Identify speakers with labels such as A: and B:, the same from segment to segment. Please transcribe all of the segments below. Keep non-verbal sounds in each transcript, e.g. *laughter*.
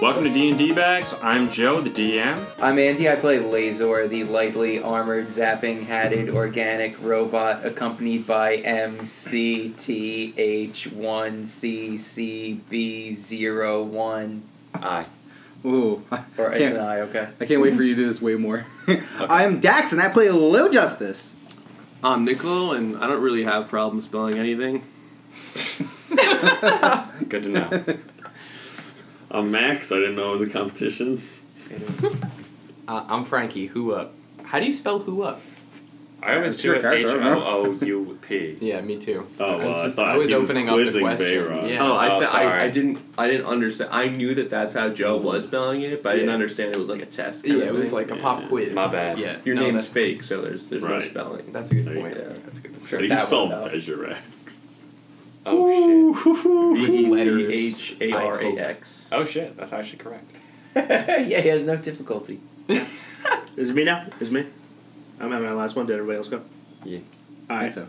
A: Welcome to D&D Bags. I'm Joe, the DM.
B: I'm Andy. I play Lazor, the lightly armored, zapping, hatted, organic robot accompanied by MCTH1CCB01.
A: I.
C: Ooh, *laughs* I
B: Or it's an
C: can't,
B: I, okay.
C: I can't wait for you to do this way
D: *laughs*
C: more. I'm Dax, and I play Low Justice.
E: I'm Nicolo, Um, and I don't really have problems spelling anything.
F: Good to
C: *laughs*
F: know. I'm Max. I didn't know it was a competition.
D: Uh, I'm Frankie. Who up? How do you spell who up?
F: I always
C: It's
F: do
C: your
F: it
C: character,
F: H
C: I don't
F: O
C: know.
F: O U P.
D: Yeah, me too.
F: Oh, well, I,
D: was just-
F: thought
D: I was
F: he
D: opening up the
F: quizzing
D: question.
F: Bayron.
D: Yeah.
E: Oh, I,
F: Oh,
E: fe-
F: sorry.
E: I, I didn't I didn't understand. I knew that that's how Joe was spelling it, but I didn't
D: Yeah.
E: understand it was like a test. kind
D: Yeah,
E: of
D: it was
E: thing.
D: like a
F: Yeah,
D: pop
F: yeah.
D: quiz.
F: My bad.
D: Yeah,
E: your
D: no,
E: name's
D: that's,
E: fake, so there's there's no
F: Right.
E: spelling.
D: that's a good
F: There you
D: point.
E: go.
D: That's a good. That's a
F: How
D: good.
F: do you
D: That
F: spell
D: one, though.
F: Vezurax? Oh shit.
D: Letters.
E: H E A R A X.
F: Oh shit. That's actually correct.
B: *laughs* yeah, he has no difficulty.
G: Is it me now? Is it me? I'm at my last one. Did everybody else go?
F: Yeah.
G: All
C: I think
G: right.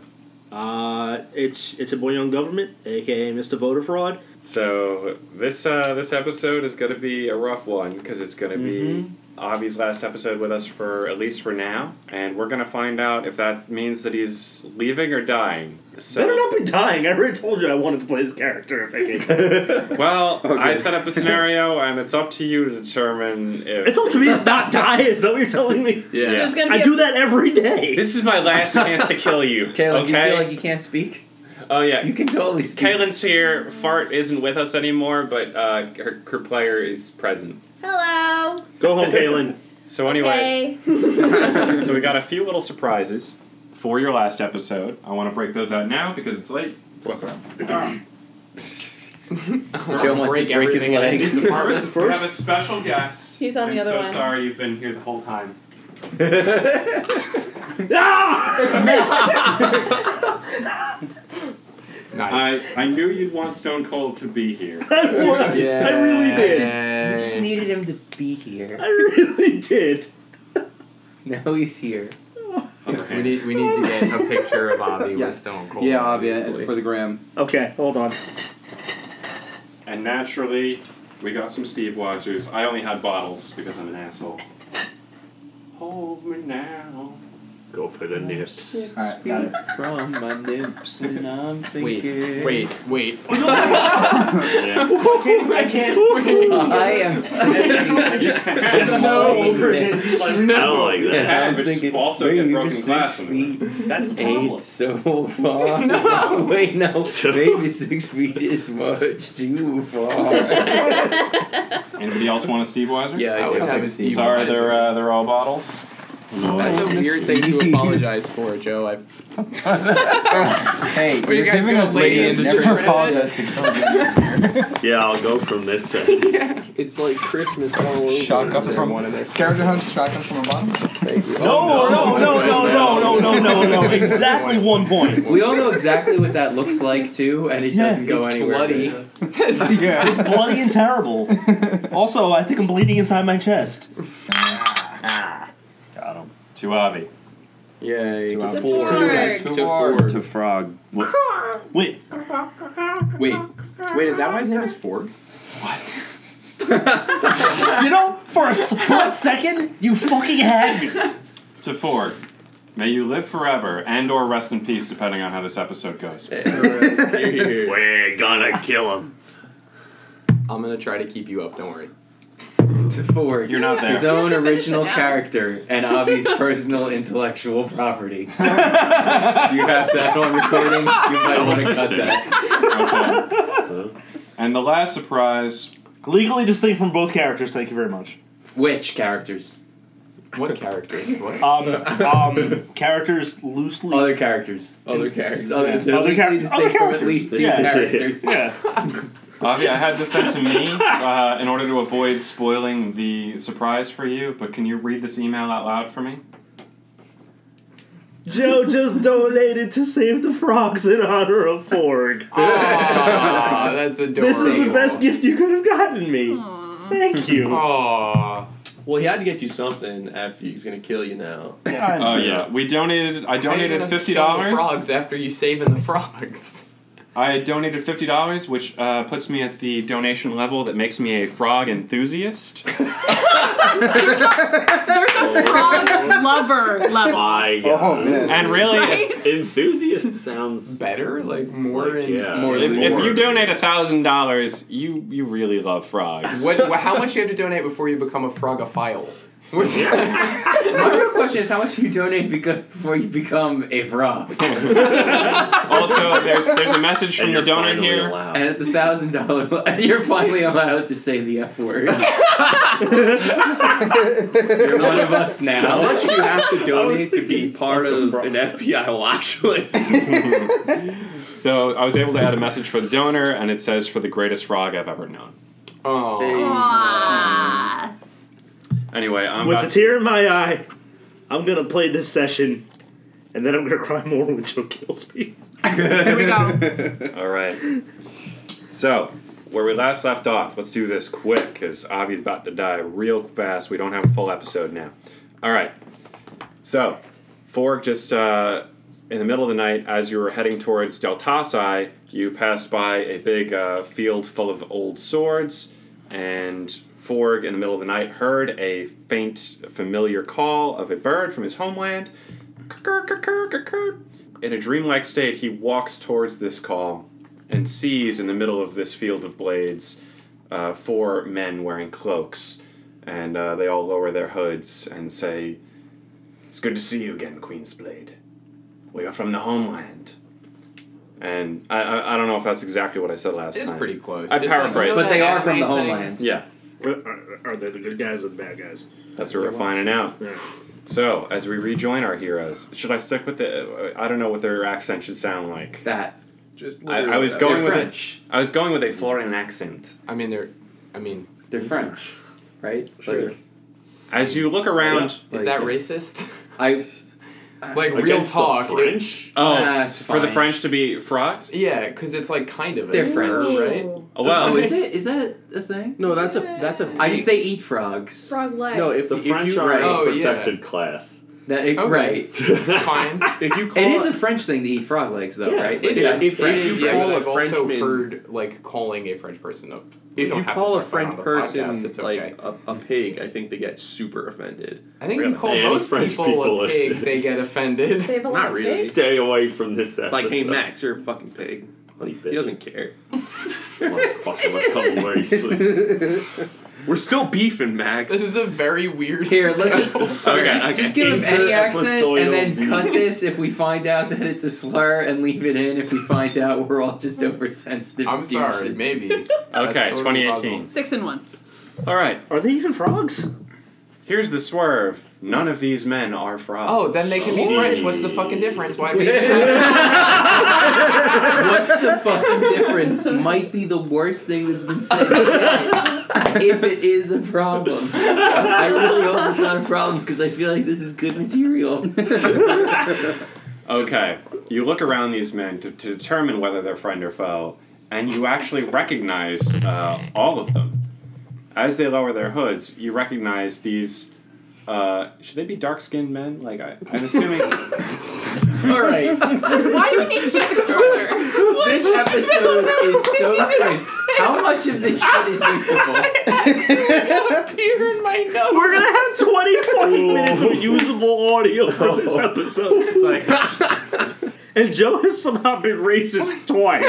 C: so.
G: Uh, it's it's a boy on government, aka Mr. Voter Fraud.
F: So this uh, this episode is gonna be a rough one because it's gonna be
D: Mm-hmm.
F: Avi's last episode with us for at least for now, and we're gonna find out if that means that he's leaving or dying. So
G: Better not be dying. I already told you I wanted to play this character. If I could.
F: Well,
B: *laughs*
C: Oh,
F: I
C: good.
F: set up a scenario, and it's up to you to determine if.
G: it's up to me to not die. Is that what you're telling me?
E: Yeah.
F: Yeah.
H: There's gonna be
G: I
H: a-
G: do that every day.
F: This is my last chance to kill
B: *laughs*
F: you.
B: Caleb, do you
F: okay.
B: feel like you can't speak?
F: oh
B: You
F: yeah.
B: can totally speak.
F: Kaylin's here. Fart isn't with us anymore, but uh, her, her player is present.
H: Hello.
G: go home, Galen.
F: So anyway,
H: Okay.
F: *laughs* so we got a few little surprises for your last episode. I want to break those out now because it's late. Um,
B: Joe wants to
D: break
B: break his
D: everything in his
B: leg. *laughs*
D: apartment.
F: We have a special guest.
H: He's on the
F: I'm
H: other
F: so
H: one.
F: sorry you've been here the whole time.
D: nice.
F: I, I knew you'd want Stone Cold to be here.
G: I, won.
D: yeah.
G: I really did.
B: Just- We just needed him to be here. *laughs*
G: I really did.
B: Now he's here.
F: Other
D: We
F: hand.
D: need we need to get a picture of Avi
C: Yeah.
D: with Stone Cold.
C: Yeah, obviously
D: obviously.
C: for the gram.
G: Okay, hold on.
F: And naturally, we got some Steve Wazers. I only had bottles because I'm an asshole. Hold me now.
E: Go for
H: Oh,
E: the nips.
C: All right, got it.
B: *laughs* From my nips,
C: *laughs*
B: and I'm
D: Wait,
B: thinking.
D: wait, wait.
F: Yeah. *laughs*
G: So I can't. I can't.
B: I
D: *laughs*
B: am *laughs* so
D: no.
E: like
B: Yeah, I'm
F: but
B: thinking,
F: also
B: maybe
F: get
B: you're
F: broken
B: just
F: glass
B: six
F: in the room.
B: feet
G: That's the problem.
B: eight so far. *laughs*
D: No.
B: wait,
D: *laughs*
B: no, maybe six feet is much too far.
F: Anybody else want a Steve Weiser?
B: yeah,
D: I
B: I
D: would
B: do.
D: have a Steve
F: Sorry,
D: Weiser.
F: they're uh, they're all bottles.
D: *laughs* That's a weird
B: *laughs*
D: thing to
C: *laughs*
D: apologize for, Joe. I
C: Hey,
D: Were
C: you're
D: you guys
C: giving
D: gonna
C: us
D: lay
C: radio.
D: in the
C: Never
D: tournament?
C: apologize to Gilligan.
E: Yeah, I'll go from
D: *laughs*
E: this end.
D: It's like Christmas all over.
C: Shotgun
D: Is
C: from
D: there one of their
C: Scavenger hunt, shotgun from a
D: *laughs*
C: bottom.
G: *laughs* No, no, no, no, no, no, no, no, no. Exactly
B: *laughs*
G: one point.
B: We all know exactly what that looks like too, and it
G: Yeah,
B: doesn't go
D: it's
B: anywhere.
D: bloody.
B: good.
C: *laughs* yeah.
G: Bloody and terrible. Also, I think I'm bleeding inside my chest.
F: Got them. To Avi.
D: Yay.
C: To
D: To
C: a
D: four.
H: fork.
D: To four.
E: to frog.
G: Wait,
D: Wait. Wait, is that why his name is Ford?
G: you know, for a split second, you fucking had me.
F: To Ford. May you live forever and or rest in peace, depending on how this episode goes.
E: We're gonna kill him.
D: I'm gonna try to keep you up, don't worry.
B: To Ford,
F: You're not
B: his
F: there.
H: You
B: own
H: have to finish
B: original
H: it now.
B: character and Avi's personal intellectual
G: *laughs*
B: property. do you have that on recording? You might want to cut that.
F: Okay. And the last surprise.
G: Legally distinct from both characters, thank you very much.
B: Which characters?
D: What characters? What?
G: Um, *laughs* um, characters loosely.
B: Other characters.
D: Other
B: It's just
D: characters.
B: Other, they're
G: Other
B: legally
G: char-
B: distinct
G: other
B: from at
G: characters.
B: least two
G: Yeah.
B: characters.
G: *laughs* yeah.
F: Avi, I had this sent to me uh, in order to avoid spoiling the surprise for you, but can you read this email out loud for me?
G: Joe just donated to save the frogs in honor
B: *laughs*
G: of Forg.
E: *laughs*
D: Aw, that's adorable.
G: This is the best gift you could have gotten me. Thank you.
D: Aw.
E: Well, he had to get you something after he's gonna kill you
D: *laughs*
E: now.
F: Oh yeah, we donated. I
D: How you
F: donated
D: gonna
F: fifty
D: kill the
F: dollars.
D: Frogs *laughs* after you saving the frogs.
F: I donated fifty dollars, which uh, puts me at the donation level that makes me a frog enthusiast.
I: There's a frog lover level.
A: My
J: Oh
A: God.
C: *laughs*
J: man.
F: And really, if,
I: Right?
A: *laughs* Enthusiast sounds
D: Better, like more.
A: Like,
D: in,
A: yeah.
B: More
F: if
B: than
F: if
B: more.
D: *laughs*
F: you donate thousand dollars, you you really love frogs.
D: What, wha- how much you have to donate before you become a frogophile? What's-
B: *laughs*
D: *laughs*
B: My real question is how much you donate beca- before you become a frog?
F: *laughs* also, there's there's a message from
A: and
F: the
A: you're
F: donor
A: finally
F: here.
A: allowed.
B: And at the thousand dollar, *laughs* you're finally allowed to say the f
D: *laughs*
B: word. you're one of us
E: How
B: now.
E: much do you have
B: *laughs*
E: to donate to be
A: thinking
E: part of an FBI watch list?
F: So I was able to add a message for the donor, and it says for the greatest frog I've ever known.
D: Oh.
I: Aw.
F: Anyway, I'm
G: With a
F: about
G: tear in my eye, I'm gonna play this session, and then I'm gonna cry more when Joe kills me.
I: Here we go.
F: All right. So, where we last left off, let's do this quick because Avi's about to die real fast. We don't have a full episode now. All right. So, Fork just uh, in the middle of the night, as you were heading towards Deltasi, you passed by a big uh, field full of old swords, and Forg, in the middle of the night, heard a faint, familiar call of a bird from his homeland. In a dreamlike state, he walks towards this call and sees in the middle of this field of blades uh, four men wearing cloaks, and uh, they all lower their hoods and say, "It's good to see you again, Queen's Blade. We are from the homeland." And I, I, I don't know if that's exactly what I said last
D: It's
F: time.
D: pretty close.
F: I
D: It's
F: paraphrase.
D: you know
B: But they
D: that
B: are from the
D: anime thing?
B: homeland.
F: Yeah,
G: Are, are they the good guys or the bad guys?
F: that's what we're finding out.
G: Yeah.
F: So, as we rejoin our heroes, should I stick with the? I don't know what their accent should sound like.
B: That
D: Just
F: I, I
D: literally
F: was
D: that.
F: going
B: They're
F: with
B: French.
F: A, I was going with a Florian accent.
D: I mean, they're. I mean,
B: They're French, right?
D: Sure.
B: Like,
F: As you look around,
D: is
B: Like,
D: that
B: uh,
D: racist?
B: I
D: *laughs* like real talk. it-
F: oh,
B: Ah, it's
F: for the
B: fine.
F: French to be frogs.
D: yeah, because it's like kind of a
B: They're
D: slur,
B: French.
D: right?
F: Oh, well,
D: *laughs*
B: oh, *laughs* is it? Is that a thing?
J: No, that's a that's a.
B: I just they eat frogs.
H: Frog legs.
J: no, if
A: The
J: if you-
A: French are
B: right.
A: a
D: Oh, yeah.
A: protected *laughs* class.
B: That it,
D: Okay.
B: right.
D: Fine.
J: if you call
B: It is a French thing to eat frog legs, though,
A: Yeah,
B: right?
D: It
J: Yeah,
D: is.
J: if
D: it
J: you
D: is. Yeah,
J: call
D: but
J: a
D: I've also
J: Frenchman-
D: heard like calling a French person a. we
J: if
D: don't
J: you
D: have to
J: call a
D: talk about it on
J: French
D: the
J: person
D: podcast, it's okay.
J: like a, a pig, I think they get super offended.
D: I think if
A: Really?
D: you call
A: Any
D: most
A: French
D: people,
A: people
D: a pig,
A: listening.
D: they get offended.
H: they have a lot
J: Not
H: of
J: really.
H: pigs.
A: Stay away from this episode.
J: Like, hey Max, you're a fucking pig.
A: He
J: He doesn't care.
A: *laughs* Motherfucker, let's come
G: *laughs*
A: where you sleep.
J: We're still beefing, Max.
D: *laughs* This is a very weird.
B: Here, let's just,
A: Okay,
B: just,
A: okay.
B: just give him any accent
A: Inter-episodial
B: and then
A: beef.
B: cut this if we find out that it's a slur and leave it in if we find out we're all just oversensitive.
D: *laughs* I'm sorry.
B: douches.
D: Maybe.
F: okay,
D: That's totally
F: 2018.
I: Six and one.
F: All right,
G: Are they even frogs?
F: here's the swerve. None of these men are frogs.
D: Oh, then they can be French. What's the fucking
J: *laughs*
D: difference? Why? Be
B: What's the fucking difference? Might be the worst thing that's been said yet, if it is a problem. I really hope it's not a problem because I feel like this is good material. *laughs*
F: Okay, you look around these men to, to determine whether they're friend or foe, and you actually recognize uh, all of them. As they lower their hoods, you recognize these. Uh, should they be dark-skinned men? Like I, I'm assuming. *laughs*
B: all right.
I: Why do we need to know the color? *laughs*
B: This episode is so strange. How much of this shit is
I: *laughs*
B: usable?
D: Here in my nose.
G: We're gonna have 20
A: *laughs*
G: fucking minutes of usable audio for this
A: Oh.
G: episode.
F: It's like
G: And Joe has somehow been
A: *laughs*
G: racist twice.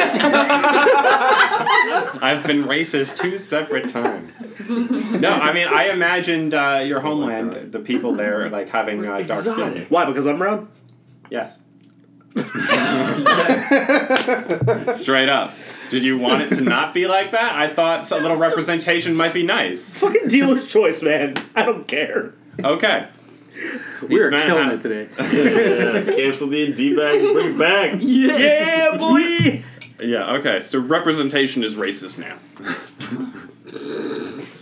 F: I've been racist two separate times. No, I mean I imagined uh, your homeland, the people there, like having uh, dark skin.
A: Exotic.
G: Why? Because I'm brown?
F: Yes. Straight up. Did you want it to not be like that? I thought a little representation might be nice.
G: Fucking dealer's choice, man. I don't care.
F: Okay.
C: We are
F: men
C: killing
F: have-
C: it today.
A: Yeah, cancel the D bags, bring it back.
G: *laughs* Yeah, boy!
F: Yeah, okay. So representation is racist now.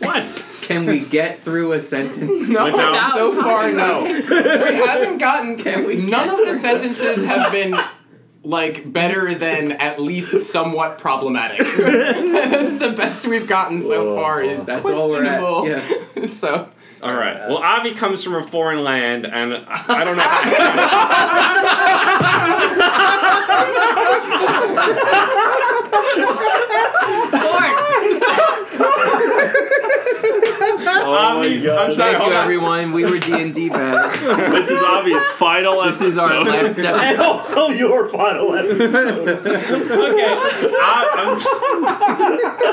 F: what?
B: Can we get through a sentence?
D: No,
F: Like now-
D: so
I: Now
D: far,
I: I'm
D: no. we haven't *laughs* gotten.
B: Can we
D: none of the sentences have been like better than at least
B: *laughs*
D: somewhat problematic. That's the best we've gotten so far. Is
B: That's all we're at.
D: questionable.
B: Yeah.
D: *laughs* so
F: All right. Well, Avi comes from a foreign land, and I, I don't know.
C: *laughs*
F: *laughs* How
C: Oh
F: I'm sorry,
B: Thank
F: hold
B: you,
F: on.
B: everyone. We were D and
F: *laughs*
B: D bags.
A: this is obvious. Final episode.
B: This is our last
A: *laughs*
G: And
B: episode.
G: also your final episode.
F: Okay. I, I'm s-
C: *laughs*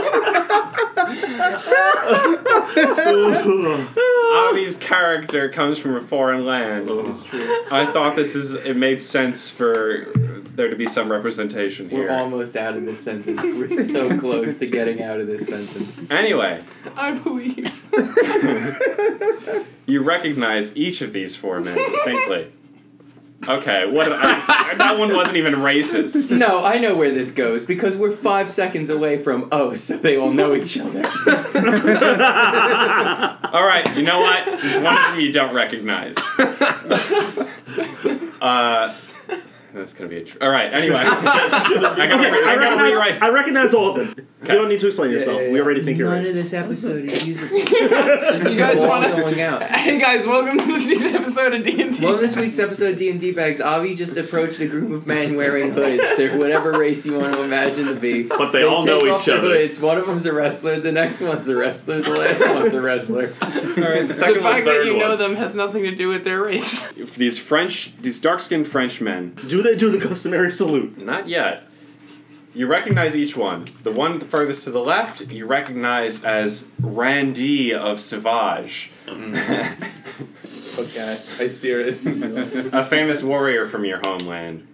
F: Avi's character comes from a foreign land. I thought this is it made sense for there to be some representation
B: We're
F: here.
B: almost out of this sentence. We're so *laughs* close to getting out of this sentence.
F: anyway,
D: I believe.
F: *laughs* you recognize each of these four men distinctly. Okay, what did I, that one wasn't even racist.
B: No, I know where this goes because we're five seconds away from oh, so they all know each *laughs* other.
F: All right, you know what? It's one of them you don't
D: *laughs*
F: recognize. uh, that's gonna be a. Tr- All right. Anyway, I gotta, re-
G: I
F: I gotta
G: recognize,
F: rewrite.
G: I recognize all of them.
F: Okay.
G: You don't need to explain yourself. We already think you're
B: None
G: racist.
B: of this episode is *laughs* usable. This
D: You
B: is
D: guys
B: all
D: wanna-
B: going out.
D: Hey guys, welcome to this week's episode of D&D.
B: Well, in this week's episode of D&D Bags, Avi just approached a group of men wearing hoods. They're whatever race you want to imagine to be.
A: But they all know
B: take off
A: each
B: their
A: other.
B: Hoods. One of them's a wrestler, the next one's a wrestler, the *laughs* last one's a wrestler.
F: All right, the
D: *laughs* the
F: second
D: fact
F: one,
D: that
F: third
D: you know
F: one.
D: them has nothing to do with their race. *laughs*
F: These French, these dark-skinned French men.
G: Do they do the customary salute? *laughs*
F: Not yet. You recognize each one. The one furthest to the left, you recognize as Randy of Savage,
J: Okay, I see
F: *laughs*
J: it.
F: a famous warrior from your homeland.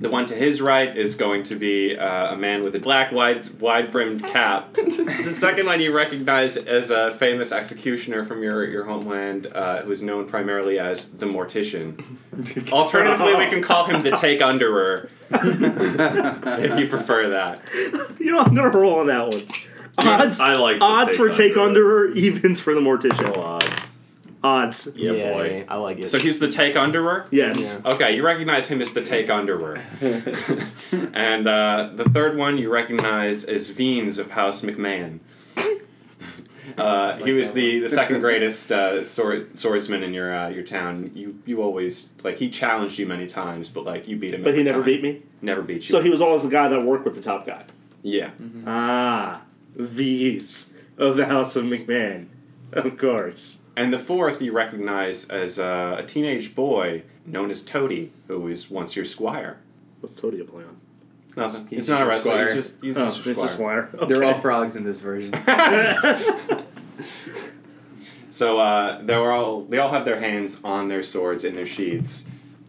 F: The one to his right is going to be uh, a man with a black, wide, wide-brimmed cap. the second one you recognize as a famous executioner from your, your homeland, uh, who's known primarily as the Mortician. Alternatively, we can call him the Take Underer, if you prefer that.
G: You know, I'm gonna roll on that one. Odds,
A: I like the
G: odds for take
A: under.
G: underer, evens for the mortician.
A: Oh, odds.
G: Odds.
A: Yeah, boy.
D: I like it.
F: So he's the Take Underer.
G: Yes.
F: Okay, you recognize him as the Take
A: *laughs*
F: Underwear. and uh, the third one you recognize as Veens of House McMahon. Uh, he was the, the second greatest uh, sword, swordsman in your uh, your town. You you always like he challenged you many times, but like you beat him.
G: But he
F: every
G: never
F: time.
G: beat me.
F: Never beat you.
G: So he was always the guy that worked with the top guy.
F: yeah.
B: Mm.
G: Ah, these of the House of McMahon, of course.
F: And the fourth you recognize as uh, a teenage boy known as Toady, who was once your squire.
G: What's Toady a play on?
F: Nothing. He's,
B: he's
F: not a
B: your
F: wrestler.
B: squire.
F: He's just he's
G: Oh,
F: just your
G: it's just
F: squire.
G: Squire.
B: They're all
G: Okay.
B: frogs in this *laughs* version.
G: *laughs*
F: So uh, they were all they all have their hands on their swords in their sheaths,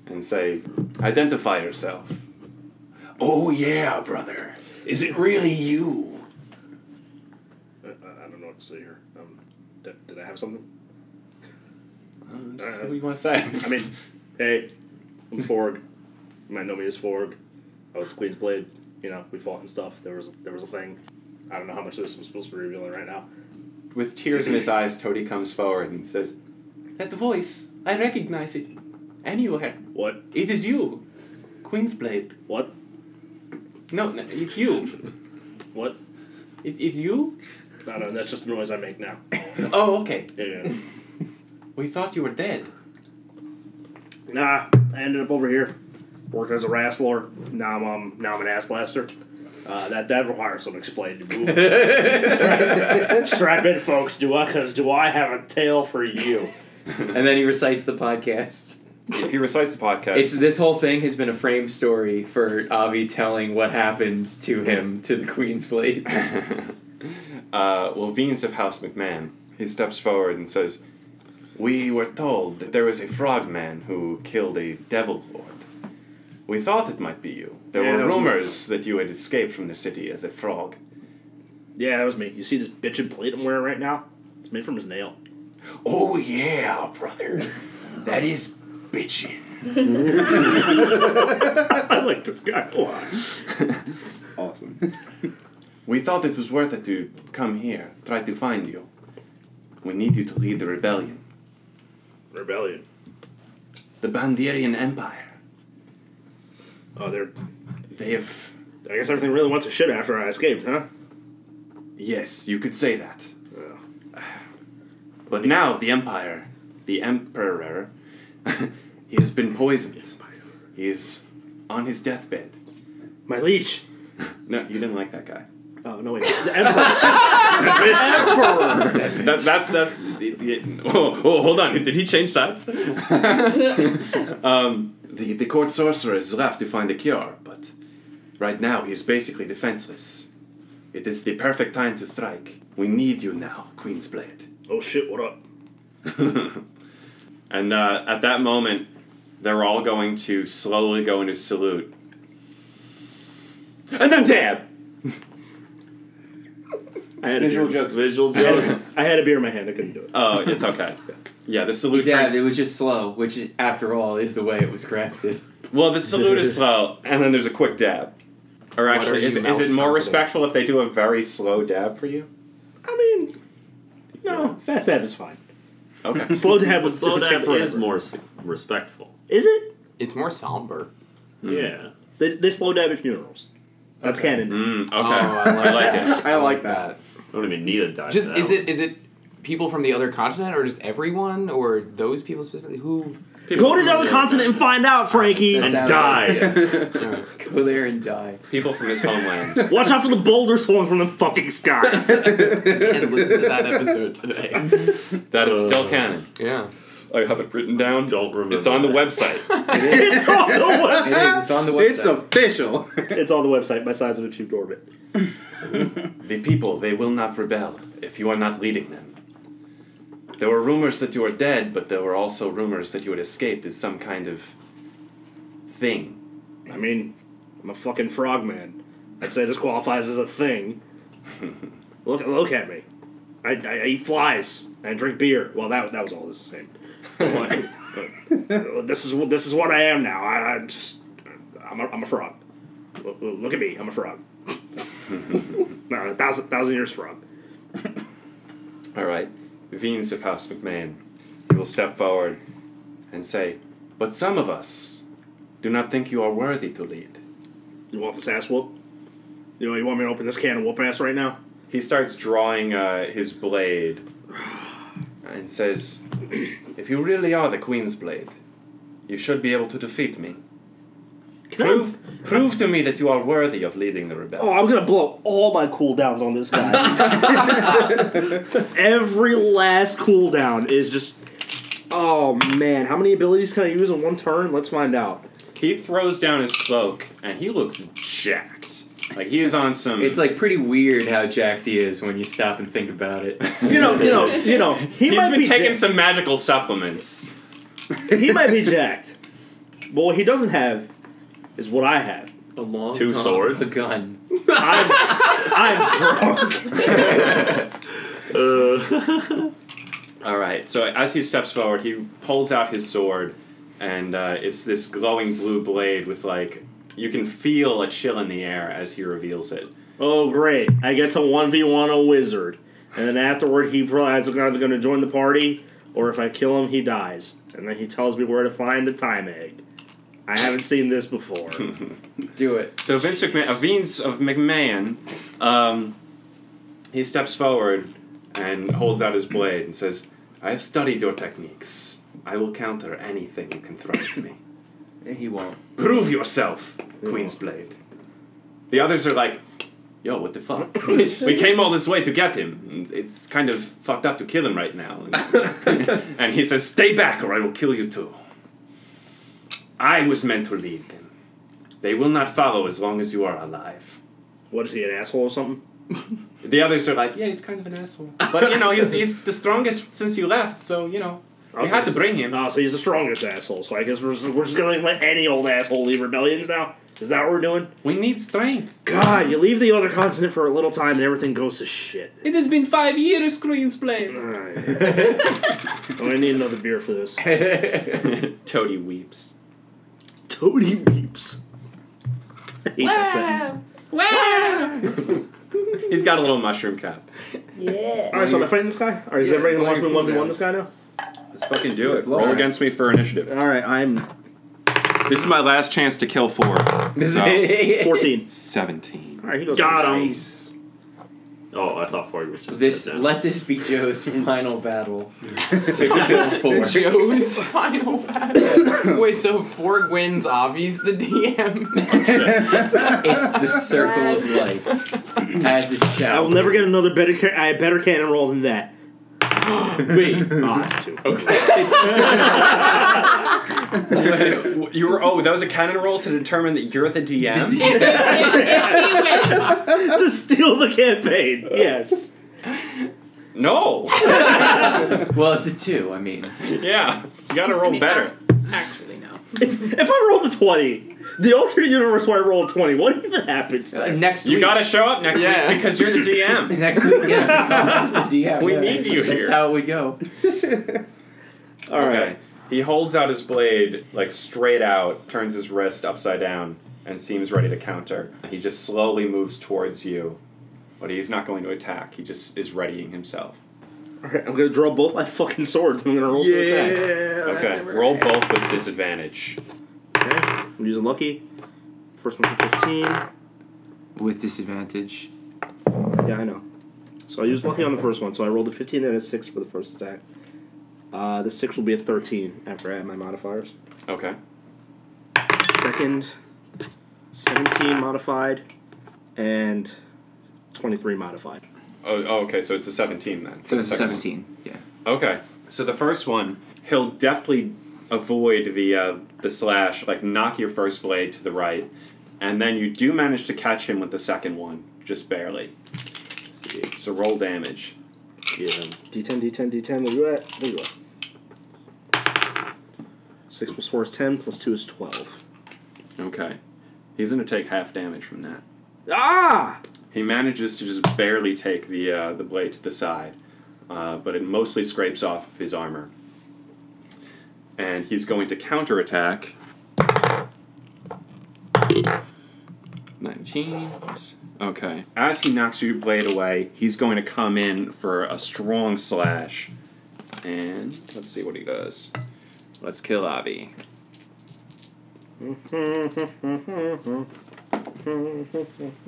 F: and say, "Identify yourself." Oh yeah, brother. Is it really you?
G: I I don't know what to say here. Um, did, did I have something?
F: Uh, What do you want to say?
G: I mean, hey, I'm Forg. You might know me as Forg. I was Queen's Blade. You know, we fought and stuff. There was there was a thing. I don't know how much of this I'm supposed to be revealing right now.
F: With tears in his eyes, Toady comes forward and says, "That voice, I recognize it. Anywhere,
G: What?
F: it is you, Queensblade.
G: What?
F: No, no, it's you.
G: What?
F: It, it's you.
G: I don't know. That's just the noise I make now.
F: Oh, okay.
G: Yeah, yeah.
F: We thought you were dead.
G: Nah, I ended up over here. Worked as a wrestler. Now I'm um, now I'm an ass blaster. Uh, that that requires some explaining. Strap- Strap in, folks. Do I? Cause do I have a tale for you?
B: and then he recites the podcast.
F: He recites the podcast.
B: It's This whole thing has been a frame story for Avi telling what happened to him to the Queen's Blades.
F: *laughs* uh, well, Venus of House McMahon, he steps forward and says, We were told that there was a frogman who killed a devil lord. We thought it might be you. There
G: Yeah,
F: were
G: that was me.
F: rumors that you had escaped from the city as a frog.
G: Yeah, that was me. You see this bitchin' plate I'm wearing right now? It's made from his nail.
F: Oh, yeah, brother. That is bitchin'.
G: *laughs* I like this guy a lot.
C: Awesome.
F: We thought it was worth it to come here, try to find you. We need you to lead the rebellion,
G: Rebellion.
F: the Bandirian Empire.
G: Oh, they're.
F: They have
G: I guess everything really went to shit after I escaped, huh?
F: Yes, you could say that.
G: Yeah.
F: But now the Empire, the Emperor, *laughs* he has been poisoned. He is on his deathbed.
G: My leech.
F: No, you didn't like that guy.
G: Oh no wait, the *laughs* emperor. the emperor.
F: That, that's that. the- the- oh, oh, hold on. Did he change sides? um, the the court sorcerer is left to find a cure, but right now he's basically defenseless. It is the perfect time to strike. We need you now, Queen's Blade.
G: Oh shit! What up?
F: *laughs* and uh, at that moment, they're all going to slowly go into salute. And then dab.
G: I had a beer.
D: jokes.
A: Visual jokes.
G: I had a beer in my hand. I couldn't do it.
F: Oh, it's okay. Yeah, the salute.
B: Dad,
F: turns-
B: it was just slow, which is- after all is the way it was crafted.
F: Well, the salute is slow, and then there's a quick dab. Or
D: What are
F: actually, is,
D: you
F: is it more
D: malfunctioning?
F: respectful if they do a very slow *laughs* dab for you?
G: I mean, no, fast dab is fine.
F: Okay. *laughs*
G: Slow dab would
A: Slow
G: protect
A: dab
G: forever.
A: is more s- respectful.
G: Is it?
D: It's more somber.
A: Yeah.
G: They, they slow dab at funerals. That's canon.
F: Mm, okay.
D: Oh,
F: I like it.
C: I like that.
A: I don't even need a dice.
D: Just
A: now.
D: is it is it people from the other continent or just everyone or those people
B: *laughs*
D: specifically who?
G: Go to the other continent and find out, Frankie.
B: That
G: And
B: sounds
A: die.
B: like-
D: All right.
B: *laughs* yeah. Go there and die.
F: People from his homeland.
G: watch out for the boulders falling from the fucking *laughs* sky.
D: and listen to that episode today.
F: That is still canon.
D: Yeah.
F: I have it written down.
A: Uh, Don't remember.
F: It's on the
A: that.
F: website.
G: it's on the
B: *laughs* It
G: website.
B: is. Ah, It's on the website.
C: It's official.
G: It's on the website. My size have achieved orbit.
F: the people, they will not rebel if you are not leading them. There were rumors that you are dead, but there were also rumors that you had escaped as some kind of thing.
G: I mean, I'm a fucking frogman. I'd say this qualifies as a thing. look, look at me. I, I, I eat flies. I drink beer. Well, that that was all the same. But this is what this is what I am now. I, I just I'm a, I'm a frog. Look, look look at me. I'm a frog. no, a thousand thousand years frog.
F: All right, Venus of House McMahon, you will step forward and say, But some of us do not think you are worthy to lead.
G: You want this ass whoop? You know you want me to open this can of whoop ass right now?
F: He starts drawing uh, his blade and says, If you really are the Queen's Blade, you should be able to defeat me.
G: Can I-
F: Prove, prove to me that you are worthy of leading the rebellion.
G: Oh, I'm gonna blow all my cooldowns on this guy. *laughs* Every last cooldown is just. Oh man, how many abilities can I use in one turn? Let's find out.
F: He throws down his cloak and he looks jacked. Like he is on some.
B: It's like pretty weird how jacked he is when you stop and think about it. *laughs*
G: You know, you know, you know. He
F: He's
G: might
F: been
G: be
F: taking
G: jacked.
F: some magical supplements.
G: he might be jacked, but what he doesn't have is what I have.
D: A long
A: Two swords.
B: A gun.
G: I'm, I'm drunk.
F: All right. So as he steps forward, he pulls out his sword, and uh, it's this glowing blue blade with like you can feel a chill in the air as he reveals it.
G: Oh, great. I get to 1v1 a wizard. And then afterward, he realizes I'm either going to join the party, or if I kill him, he dies. And then he tells me where to find the time egg. I haven't seen this before.
B: Do it.
F: So Vince McMahon, uh, Vince of McMahon, um, he steps forward and holds out his blade and says, "I have studied your techniques. I will counter anything you can throw at me.
B: He won't.
F: Prove yourself, Queen's Blade." The others are like. Yo, what the fuck? we came all this way to get him. and It's kind of fucked up to kill him right now. and he says, Stay back or I will kill you too. I was meant to lead them. They will not follow as long as you are alive.
G: what is he, an asshole or something?
F: The others are like, Yeah, he's kind of an asshole. But, you know, he's, he's the strongest since you left, so, you know, we had to bring him.
G: Oh, so he's the strongest asshole. So I guess we're just, we're just going to let any old asshole lead rebellions now? Is that what we're doing?
F: We need strength.
G: God, you leave the other continent for a little time and everything goes to shit.
F: It has been five years, Queen's Blade.
G: Alright. I'm going to need another beer for this.
F: Toady weeps.
G: Toady beeps. I hate that sentence.
F: He's got a little mushroom cap.
H: Yeah.
G: All right, so am I fighting this guy? Or is
B: Yeah,
G: everybody
B: blow
G: wants
B: your
G: me one v
B: cooldowns.
G: one this guy now?
F: Let's fucking do it.
B: Blow
F: Roll
B: it.
F: against me for initiative.
C: All right, I'm
F: This is my last chance to kill four.
B: *laughs* This *laughs*
F: Oh. *laughs*
B: is
G: Fourteen.
F: 17.
G: All right, he goes.
A: Got him.
G: first.
B: nice.
A: Oh, I thought Forty was just
B: This
A: dead.
B: let this be Joe's final battle *laughs* to kill four.
G: *laughs*
D: Joe's *laughs* final battle. Wait, so Forg wins, obvious the *laughs* DM.
B: it's the circle of life as it
G: I will
B: shall.
G: never get another better ca- I better cannon roll than that.
D: Wait,
G: Ah, it's two.
F: *laughs* Wait, you were oh, that was a cannon roll to determine that you're the DM.
I: If, if he wins,
G: *laughs* to steal the campaign. Yes.
F: *laughs* no,
B: Well, it's a two. I mean,
F: yeah, you gotta roll
I: mean,
F: better.
I: actually no.
G: If I roll the 20, the alternate universe where I roll a 20, what even happens
B: uh,
G: there?
B: next
F: You
B: week.
F: gotta show up next
D: Yeah.
F: week because you're the DM.
B: *laughs* next week.
F: *laughs*
B: Yeah, it's the DM.
F: We
B: yeah.
F: need you
B: That's
F: here.
B: how we go.
G: All right.
F: Okay. He holds out his blade like straight out, turns his wrist upside down, and seems ready to counter. He just slowly moves towards you, but he's not going to attack. He just is readying himself.
G: All right, I'm gonna draw both my fucking swords. I'm gonna roll two attacks.
F: Okay, roll both with disadvantage.
G: Okay. I'm using lucky. First one's a 15.
B: With disadvantage.
G: Yeah, I know. So I used lucky on the first one. So I rolled a 15 and a 6 for the first attack. Uh, the 6 will be a 13 after I add my modifiers.
F: Okay.
G: Second, 17 modified, and 23 modified.
F: Oh, oh, okay, so it's a 17 then.
B: So it's
F: Six.
B: seventeen. Yeah.
F: Okay, so the first one, he'll deftly avoid the uh, the slash, like knock your first blade to the right, and then you do manage to catch him with the second one, just barely. So roll damage.
G: D10, D10, D10. Where you at? There you are. Six plus four is ten. Plus two is twelve.
F: Okay, he's gonna take half damage from that.
G: Ah!
F: He manages to just barely take the uh, the blade to the side, uh, but it mostly scrapes off his armor. And he's going to counterattack. 19. Okay. As he knocks your blade away, he's going to come in for a strong slash. And let's see what he does. Let's kill Avi.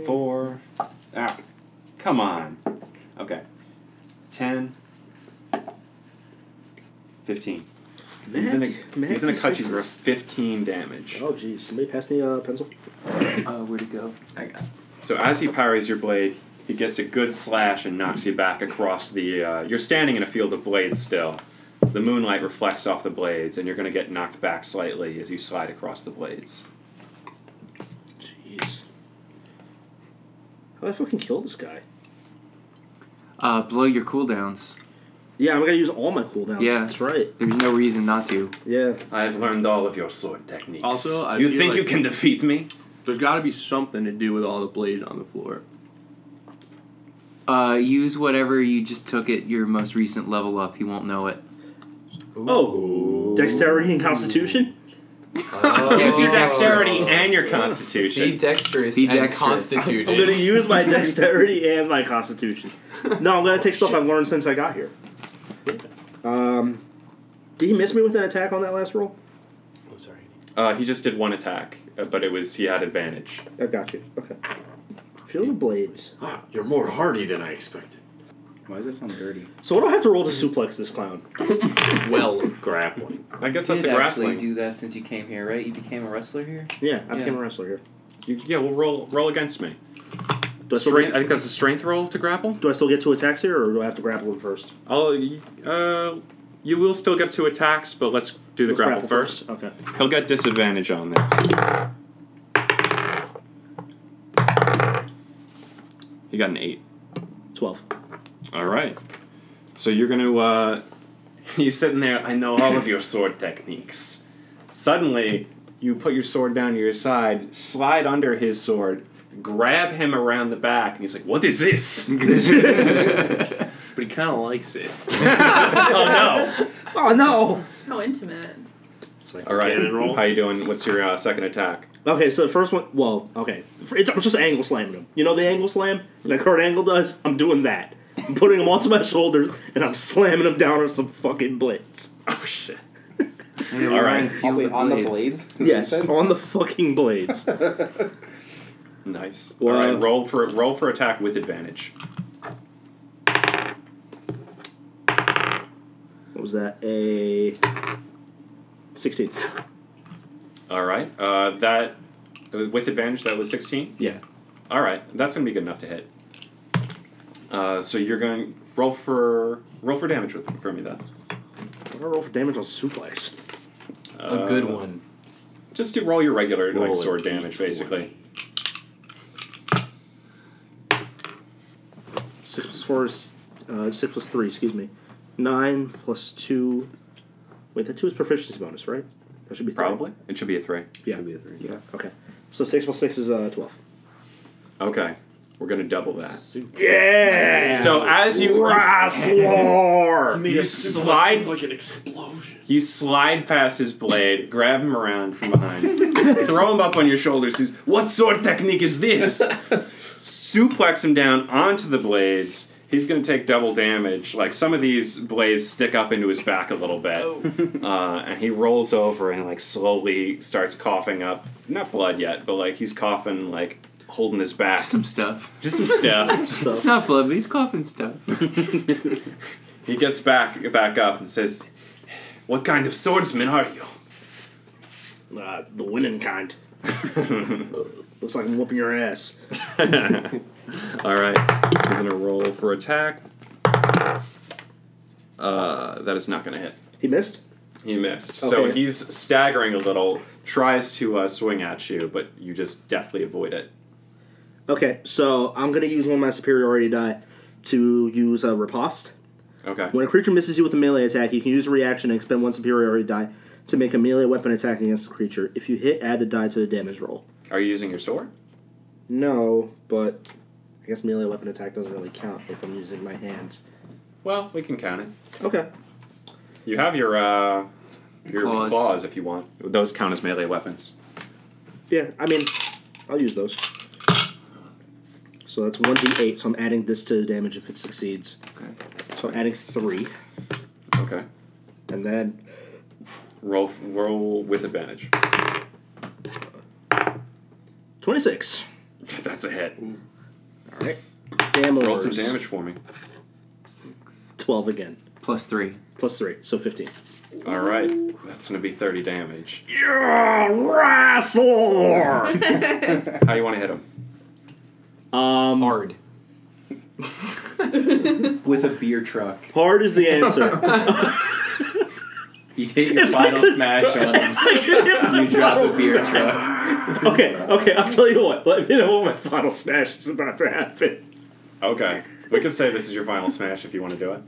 F: Four. Ah, come on. Okay. 10. 15. He's gonna,
G: Matt
F: he's gonna
G: is
F: cut you
G: sixes.
F: for 15 damage.
G: Oh, geez. Somebody pass me a pencil.
B: Uh,
D: Oh,
B: where'd it go? I got.
F: So as he parries your blade, he gets a good slash and knocks you back across the. Uh, you're standing in a field of blades still. The moonlight reflects off the blades, and you're going to get knocked back slightly as you slide across the blades.
G: Jeez. How do I fucking kill this guy?
B: Uh, blow your cooldowns.
G: Yeah, I'm gonna use all my cooldowns.
B: Yeah.
G: that's right.
B: There's no reason not to.
G: Yeah.
F: I've learned all of your sword techniques.
J: Also, I
F: you
J: feel
F: think
J: like-
F: you can defeat me?
J: There's got to be something to do with all the blades on the floor.
B: Uh, use whatever you just took at your most recent level up. He won't know it.
G: Oh, dexterity and constitution.
J: Oh.
F: Use your
D: dexterous.
F: dexterity and your
D: Be
F: constitution.
D: dexterous
B: Be
D: and
B: dexterous. *laughs*
D: constituted.
G: I'm gonna use my dexterity and my constitution. No, I'm gonna take stuff I've learned since I got here. Um, did he miss me with an attack on that last roll?
J: I'm sorry.
F: Uh, he just did one attack, uh, but it was he had advantage.
G: I got you. Okay. Feel the blades.
F: Ah,
J: You're more hardy than I expected.
C: Why does that sound dirty?
G: So what do I have to roll to suplex this clown?
D: well.
A: grappling.
F: I guess that's
B: did
F: a
B: actually
F: grappling.
B: do that since you came here, right? You became a wrestler here.
G: Yeah, I became
B: Yeah.
G: a wrestler here.
F: You- yeah, well, roll roll against me.
G: Do I, still
F: Strength. I
G: get,
F: think that's a strength roll to grapple.
G: do I still get two attacks here, or do I have to grapple him first?
F: I'll, uh, you will still get two attacks, but let's do the
G: Let's
F: grapple, 1st
G: Okay.
F: He'll get disadvantage on this. He got an eight.
G: Twelve.
F: All right. So you're going to. Uh, *laughs* he's sitting there. I know all of your sword techniques. Suddenly, you put your sword down to your side, slide under his sword, grab him around the back, and he's like, "What is this?" *laughs*
J: But he kind of likes it.
F: oh
K: *laughs*
F: no!
G: Oh no!
I: How intimate.
A: It's like
F: All right.
A: cannon roll.
F: How you doing? What's your uh, second attack?
G: Okay, so the first one. Well, okay, it's, I'm just angle slamming him. You know the angle slam that Kurt Angle does. I'm doing that. I'm putting him onto my shoulders and I'm slamming him down on some fucking blades.
F: Oh shit!
B: Yeah,
F: All right.
B: on the blades.
G: Yes, on the fucking blades.
F: Nice.
G: Well-
F: All right, roll for roll for attack with advantage.
K: was that? A 16.
F: All right. Uh, that with advantage. That was sixteen.
K: Yeah.
F: All right. That's gonna be good enough to hit. Uh, so you're going roll for roll for damage with for me then.
G: I'm gonna roll for damage on suplex.
F: Uh, Just do roll your regular
G: Roll
F: like
G: a
F: sword damage, basically.
K: Six plus four is uh, six plus three. Excuse me. Nine plus two. Wait, that two is proficiency bonus, right? That should be three.
F: Probably. It should be a three.
K: Yeah. Should be a three. Yeah. Okay. So six plus six is uh, twelve.
F: Okay. We're gonna double that.
G: Yeah.
F: So as
K: *laughs*
F: you *laughs*
G: Raslor!
F: you slide like an explosion. You slide past his blade, grab him around from behind, *laughs* throw him up on your shoulders. He's, what sword technique is this? Suplex him down onto the blades. He's going to take double damage. Like some of these blades stick up into his back a little bit,
D: Oh.
F: uh, and he rolls over and like slowly starts coughing up not blood yet, but like he's coughing like holding his back. Just
B: some stuff.
F: Just some stuff.
B: It's not blood, but he's coughing stuff.
F: He gets back back up and says, "What kind of swordsman are you?"
G: Uh, the winning kind.
F: *laughs*
G: Looks like I'm whooping your ass.
F: All right, he's gonna roll for attack. Uh, that is not gonna hit.
G: He missed.
F: He missed. So
G: Okay.
F: he's staggering a little, tries to uh, swing at you, but you just deftly avoid it.
K: Okay. So I'm gonna use one of my superiority die to use a uh, riposte.
F: Okay.
K: When a creature misses you with a melee attack, you can use a reaction and expend one superiority die to make a melee weapon attack against the creature. If you hit, add the die to the damage roll.
F: Are you using your sword?
K: No, but I guess melee weapon attack doesn't really count if I'm using my hands.
F: Well, we can count it.
K: Okay.
F: You have your uh, your
B: Claws.
F: claws. if you want. Those count as melee weapons.
K: Yeah, I mean, I'll use those. So that's 1d8, so I'm adding this to the damage if it succeeds. Okay. So I'm adding 3,
F: Okay.
K: and then
F: Roll f- roll with advantage. *laughs*
K: 26.
F: That's a hit.
K: Alright. Damn
F: Roll some
K: lords.
F: damage for me.
K: 12 again.
B: Plus three.
K: Plus 3, so 15.
F: All right, that's gonna be thirty damage.
G: Yeah, Raslor!
F: How you want to hit him?
K: Um,
D: Hard.
B: With a beer truck.
K: Hard is
B: *laughs*
K: the answer.
B: You hit your final smash on him. You
G: *laughs*
B: drop a beer truck.
G: okay, okay, I'll tell you what. Let me know when my final smash is about to happen.
F: Okay, we could say this is your final smash if you want to do it.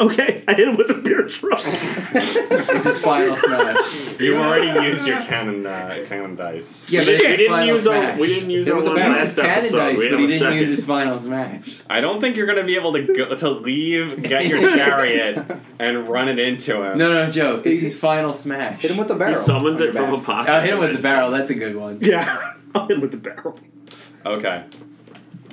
G: Okay, I hit him with a beer truck.
B: It's his final smash.
F: You already used your cannon uh, cannon dice.
B: Yeah, but
G: Shit,
B: it's
G: we
B: his
G: didn't
B: final
G: use our-
B: smash.
G: we didn't use
B: There
G: our
B: was
G: one
B: the best
G: last
B: cannon
G: episode.
B: dice,
G: We
B: but he
G: didn't have a
B: didn't use
G: second.
B: his final smash.
F: I don't think you're gonna be able to go to leave, get *laughs* your chariot, and run it into him.
B: No, no, Joe. It's his final smash.
C: Hit him with the barrel.
H: He summons
C: on
H: it
C: your
H: from a
C: back.
H: pocket.
B: Oh, hit him with the barrel. That's a good one.
G: Yeah, *laughs* I'll hit him with the barrel.
F: Okay,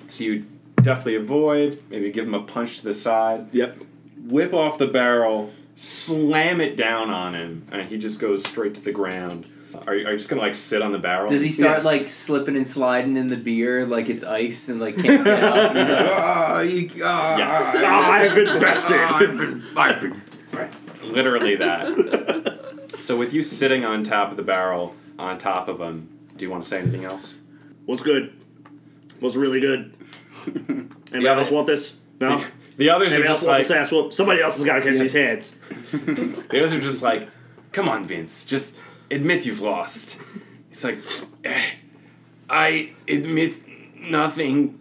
F: so you definitely avoid. Maybe give him a punch to the side.
K: yep.
F: Whip off the barrel, slam it down on him, and he just goes straight to the ground. Are you, are you just gonna like sit on the barrel?
B: Does he start
K: Yes.
B: like slipping and sliding in the beer like it's ice and like can't get up? And he's like, oh, you, ah."
F: Yes.
G: Ah, I've been bested.
F: Literally *laughs* that. so with you sitting on top of the barrel, on top of him, do you want to say anything else?
G: What's good? What's really
F: *laughs*
G: good? Anybody
F: Yeah,
G: else
F: but-
G: want this? No?
F: The others are
G: Anybody else
F: just
G: want
F: like
G: this ass whoop? Somebody else has got to catch these hands.
F: the others are just like, come on, Vince, just admit you've lost. He's like, "Eh, I admit nothing.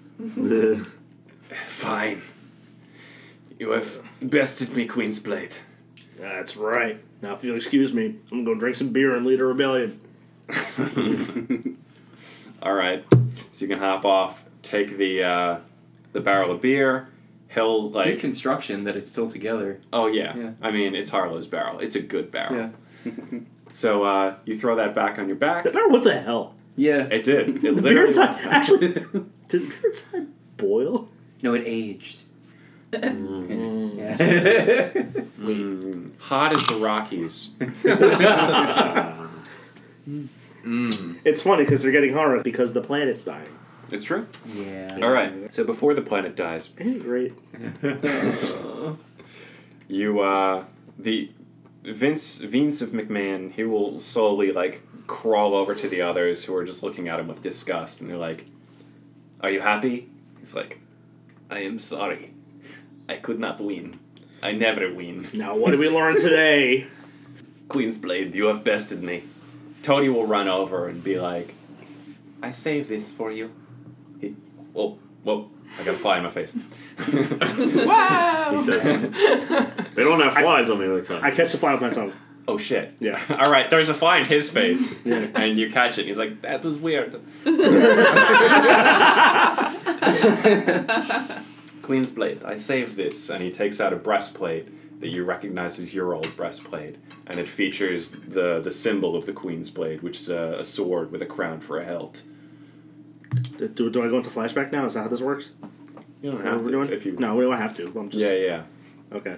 F: Fine. You have bested me, Queen's Blade.
G: That's right. Now, if you'll excuse me, I'm going to drink some beer and lead a rebellion.
F: All right, so you can hop off, take the uh, the barrel of beer. He'll like
B: Good construction that it's still together.
F: Oh yeah.
B: Yeah.
F: I mean, it's Harlow's barrel. It's a good barrel.
B: Yeah.
F: *laughs* So uh, you throw that back on your
B: *laughs*
F: back.
G: The barrel, what the hell?
F: *laughs*
B: Yeah.
F: It did. It
G: The
F: literally.
G: beer inside, actually, *laughs* did the beer inside
F: *laughs*
G: boil?
B: No, it aged. Yeah. *laughs*
F: Mm, hot as the Rockies. Mm.
G: It's funny because they're getting horror because the planet's dying.
F: It's true.
B: yeah.
F: All right. So before the planet dies,
G: Ain't it great?
F: you uh, the Vince Vince of McMahon, he will slowly like crawl over to the others who are just looking at him with disgust, and they're like, "Are you happy?" He's like, "I am sorry, I could not win. I never win."
G: Now, what did we learn today?
F: Queen's Blade, you have bested me. Tony will run over and be like, I saved this for you. He, whoa, whoa, I got a fly in my face. *laughs*
I: Wow.
A: He said, they don't have flies on me like that.
G: I catch the fly with my tongue.
F: oh shit.
G: Yeah.
F: *laughs* All right, there's a fly in his face. And you catch it, and he's like, that was weird. Queen's Blade, I saved this. And he takes out a breastplate that you recognize as your old breastplate. And it features the, the symbol of the Queen's Blade, which is a, a sword with a crown for a hilt.
G: Do, do I go into flashback now? Is that how this works?
F: You
G: Is
F: don't
G: that
F: have
G: what
F: to
G: we're doing?
F: if you.
G: No, we don't have to. I'm just
F: Yeah, yeah.
G: okay.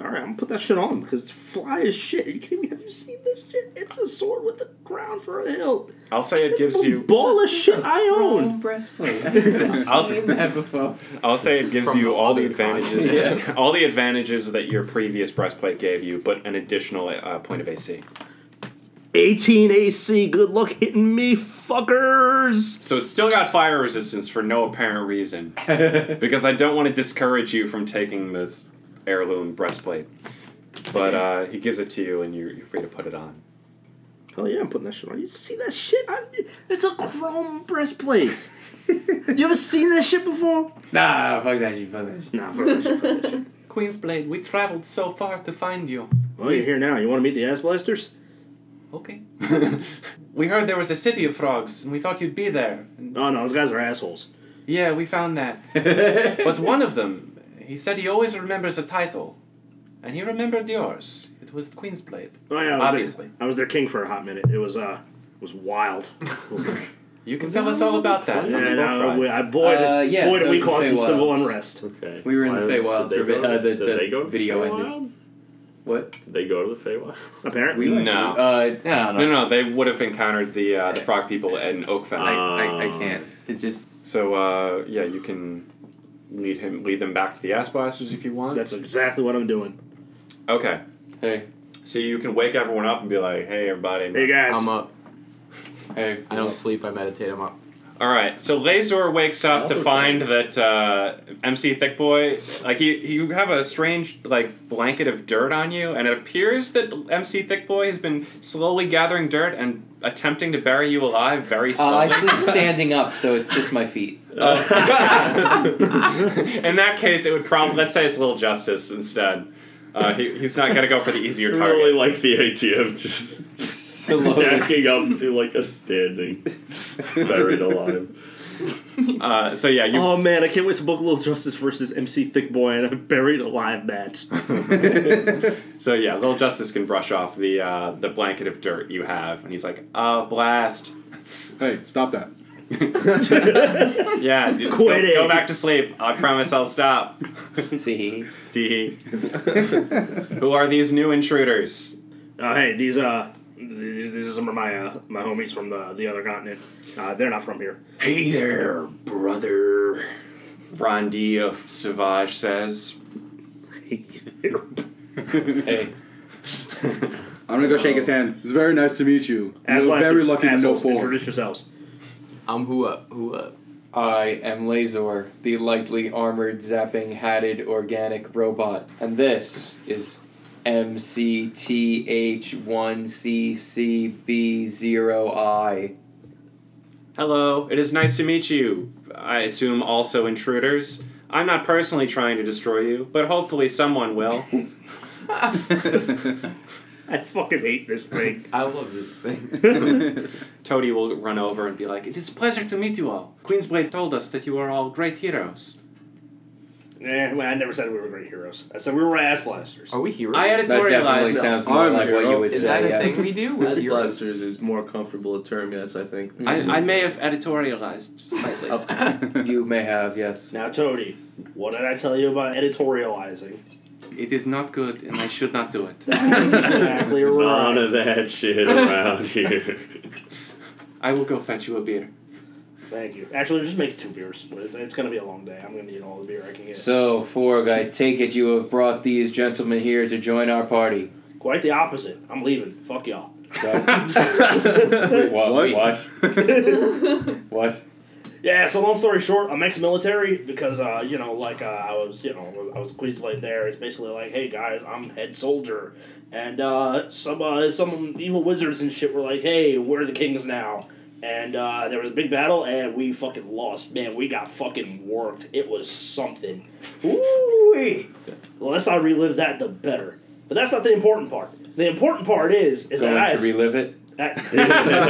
G: All right, I'm gonna put that shit on because it's fly as shit. Are you kidding me? Have you seen this shit? It's a sword with a crown for a hilt.
F: I'll say it gives
G: *laughs*
F: you.
G: Ball of shit I own.
B: breastplate. I've
F: I'll-
B: seen that before.
F: I'll say it gives you all the
D: other cons.
G: *laughs*
F: advantages,
B: Yeah.
F: all the advantages that your previous breastplate gave you, but an additional uh, point of AC.
K: 18 AC. Good luck hitting me, fuckers.
F: So it's still got fire resistance for no apparent
G: *laughs*
F: reason, because I don't want to discourage you from taking this heirloom breastplate. But uh, he gives it to you, and you're, you're free to put it on.
K: Hell yeah, I'm putting that shit on. You see that shit? I, it's a chrome
F: *laughs*
K: breastplate. you ever seen that shit before?
B: Nah, fuck that shit, fuck that shit.
K: Nah, fuck that shit.
D: Queen's Blade, we traveled so far to find you.
G: Well, Oh, you're here now. You want to meet the ass blasters?
D: Okay.
F: *laughs*
D: we heard there was a city of frogs, and we thought you'd be there. And
G: Oh no, those guys are assholes.
D: yeah, we
G: *laughs*
D: found that. but one of them, he said he always remembers a title, and he remembered yours. It was Queen's Blade.
G: Oh yeah, I was
D: Obviously.
G: Their, I was their king for a hot minute. It was uh, it was
A: *laughs*
G: wild.
D: You can tell us all about that. on the
G: and
D: boat
G: uh,
D: ride.
G: we, I boy, did-
B: Uh, yeah,
G: boy, did
B: that was
G: we
B: the
G: cause some civil
B: Feywilds.
G: unrest.
A: Okay.
B: We were in the
A: Why-
B: Feywilds
A: did
B: for
A: they
B: vi-
A: go-
B: uh, the-
A: did
B: the
A: they go to
B: video
A: the
B: ended.
A: Feywilds?
B: What?
A: Did they go to the Feywilds?
G: Apparently,
B: We
F: No.
B: Uh, no,
F: No, no, they would have encountered the uh, the frog people in Oakfen.
G: Ah.
B: I, I, I can't. It's just
F: So uh, yeah, you can lead him, lead them back to the ass blasters if you want.
G: that's exactly what I'm doing.
F: okay.
B: hey,
F: So you can wake everyone up and be like, "Hey, everybody!"
G: Hey guys,
D: I'm up.
B: hey.
D: I don't sleep, I meditate, I'm up.
F: All right. So Lazor wakes up to find that uh, MC Thick Boy, like you, you have a strange like blanket of dirt on you, and it appears that MC Thick Boy has been slowly gathering dirt and attempting to bury you alive very
B: Uh,
F: slowly.
B: I sleep *laughs* standing up, so it's just my feet.
F: In that case, it would probably let's say it's Little Justice instead. Uh, he, he's not gonna go for the easier
A: I
F: target.
A: really *laughs* like the idea of just stacking up to like a standing
G: *laughs*
A: buried alive.
F: Uh, so yeah, you
G: Oh man, I can't wait to book Little Justice versus MC Thick Boy in a buried alive match.
F: So yeah, little Justice can brush off the uh, the blanket of dirt you have, and he's like, "Oh, blast!
C: *laughs*
F: *laughs*
C: Hey, stop that. *laughs*
F: Yeah, dude, go,
G: Quit it.
F: go back to sleep. I promise I'll stop."
B: See,
F: Dee. Who are these new intruders?
G: Uh, hey, these uh, these, these are some of my uh, my homies from the the other continent. Uh, they're not from
C: *laughs*
G: here.
F: Hey there, brother. Rondi of Savage says.
B: hey,
C: I'm gonna go shake his hand. It's very nice to meet you.
G: As
C: you were very
G: blasters,
C: lucky to know *laughs*
G: assholes,
C: four.
G: Introduce yourselves.
D: *laughs* I'm who up, who up.
B: I am Lazor, the lightly armored, zapping, hatted, organic robot, and this is MCTH1CCB0I.
F: Hello, it is nice to meet you. I assume also intruders. I'm not personally trying to destroy you, but hopefully someone will.
G: I fucking hate this thing.
D: I love this thing.
B: *laughs*
F: Toady will run over and be like, It is a pleasure to meet you all. Queensblade told us that you are all great heroes.
G: eh, well, I never said we were great heroes. I said we were ass blasters.
C: Oh.
D: Are we heroes?
F: I
B: That definitely
F: editorialized.
B: sounds more
C: I'm a
B: like what you
C: hero.
B: would
D: Is
B: say.
D: that a
B: yes.
J: *laughs*
D: thing we do? We're
J: As
D: heroes.
J: blasters is more comfortable a term, yes, I think.
F: I, I may have editorialized slightly.
B: You may have, yes.
G: Now, Toady, what did I tell you about editorializing?
F: It is not good, and I should not do it. *laughs*
G: That's exactly
A: None
G: right. *laughs*
A: of that shit around *laughs* here.
F: I will go fetch you a beer.
G: Thank you. Actually, just make it two beers. It's, it's going to be a long day. I'm going to need all the beer I can get.
B: So, Forg, I take it you have brought these gentlemen here to join our party.
G: Quite the opposite. I'm leaving. Fuck y'all.
C: Wait, what? What? *laughs*
I: *laughs*
C: What?
G: Yeah, so long story short, I'm ex-military because uh, you know, like uh, I was, you know, I was a Queens Blade there. It's basically like, hey guys, I'm head soldier, and uh, some uh, some evil wizards and shit were like, hey, we're the kings now. And uh, there was a big battle, and we fucking lost. Man, we got fucking worked. It was something. Ooh, the less I relive that, the better. But that's not the important part. The important part is is
B: Going
G: that I
B: to relive it?
G: *laughs*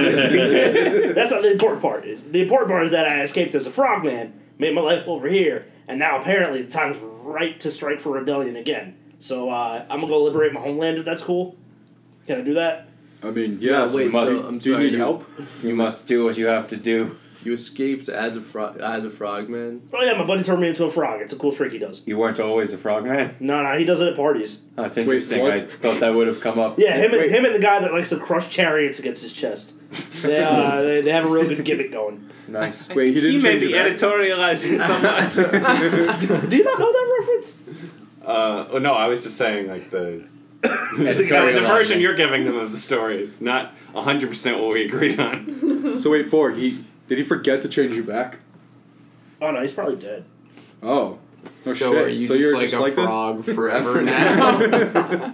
G: That's not the important part. Is the important part is that I escaped as a frogman, made my life over here, and now apparently the time's right to strike for rebellion again. So uh, I'm gonna go liberate my homeland if that's cool. Can I do that?
B: I mean,
J: yes,
B: you
J: we
B: must.
J: so- I'm
B: do you
J: sorry,
B: need
J: you-
B: help? You must do what you have to do.
J: You escaped as a fro- as a frogman.
G: Oh yeah, my buddy turned me into a frog. It's a cool trick he does.
B: You weren't always a frogman?
G: No, no, he does it at parties.
B: That's interesting. I thought that would have come up.
G: Yeah, him and him and the guy that likes to crush chariots against his chest. They uh, they, they have a real good gimmick going.
C: *laughs*
B: Nice.
J: Wait, he didn't
F: may
J: change
F: be editorializing somewhat.
G: Do you not know that reference?
F: uh, oh, no, I was just saying like *laughs* the. the,
J: Editorializing.
F: the version you're giving them of the story is not 100% what we agreed on.
J: so wait, Ford. He did he forget to change you back?
G: Oh no, he's probably dead.
J: Oh. No
D: So
J: shit.
D: are you
J: so
D: just
J: you're
D: like
J: just
D: a
J: like this? *laughs*
D: frog *laughs* forever now?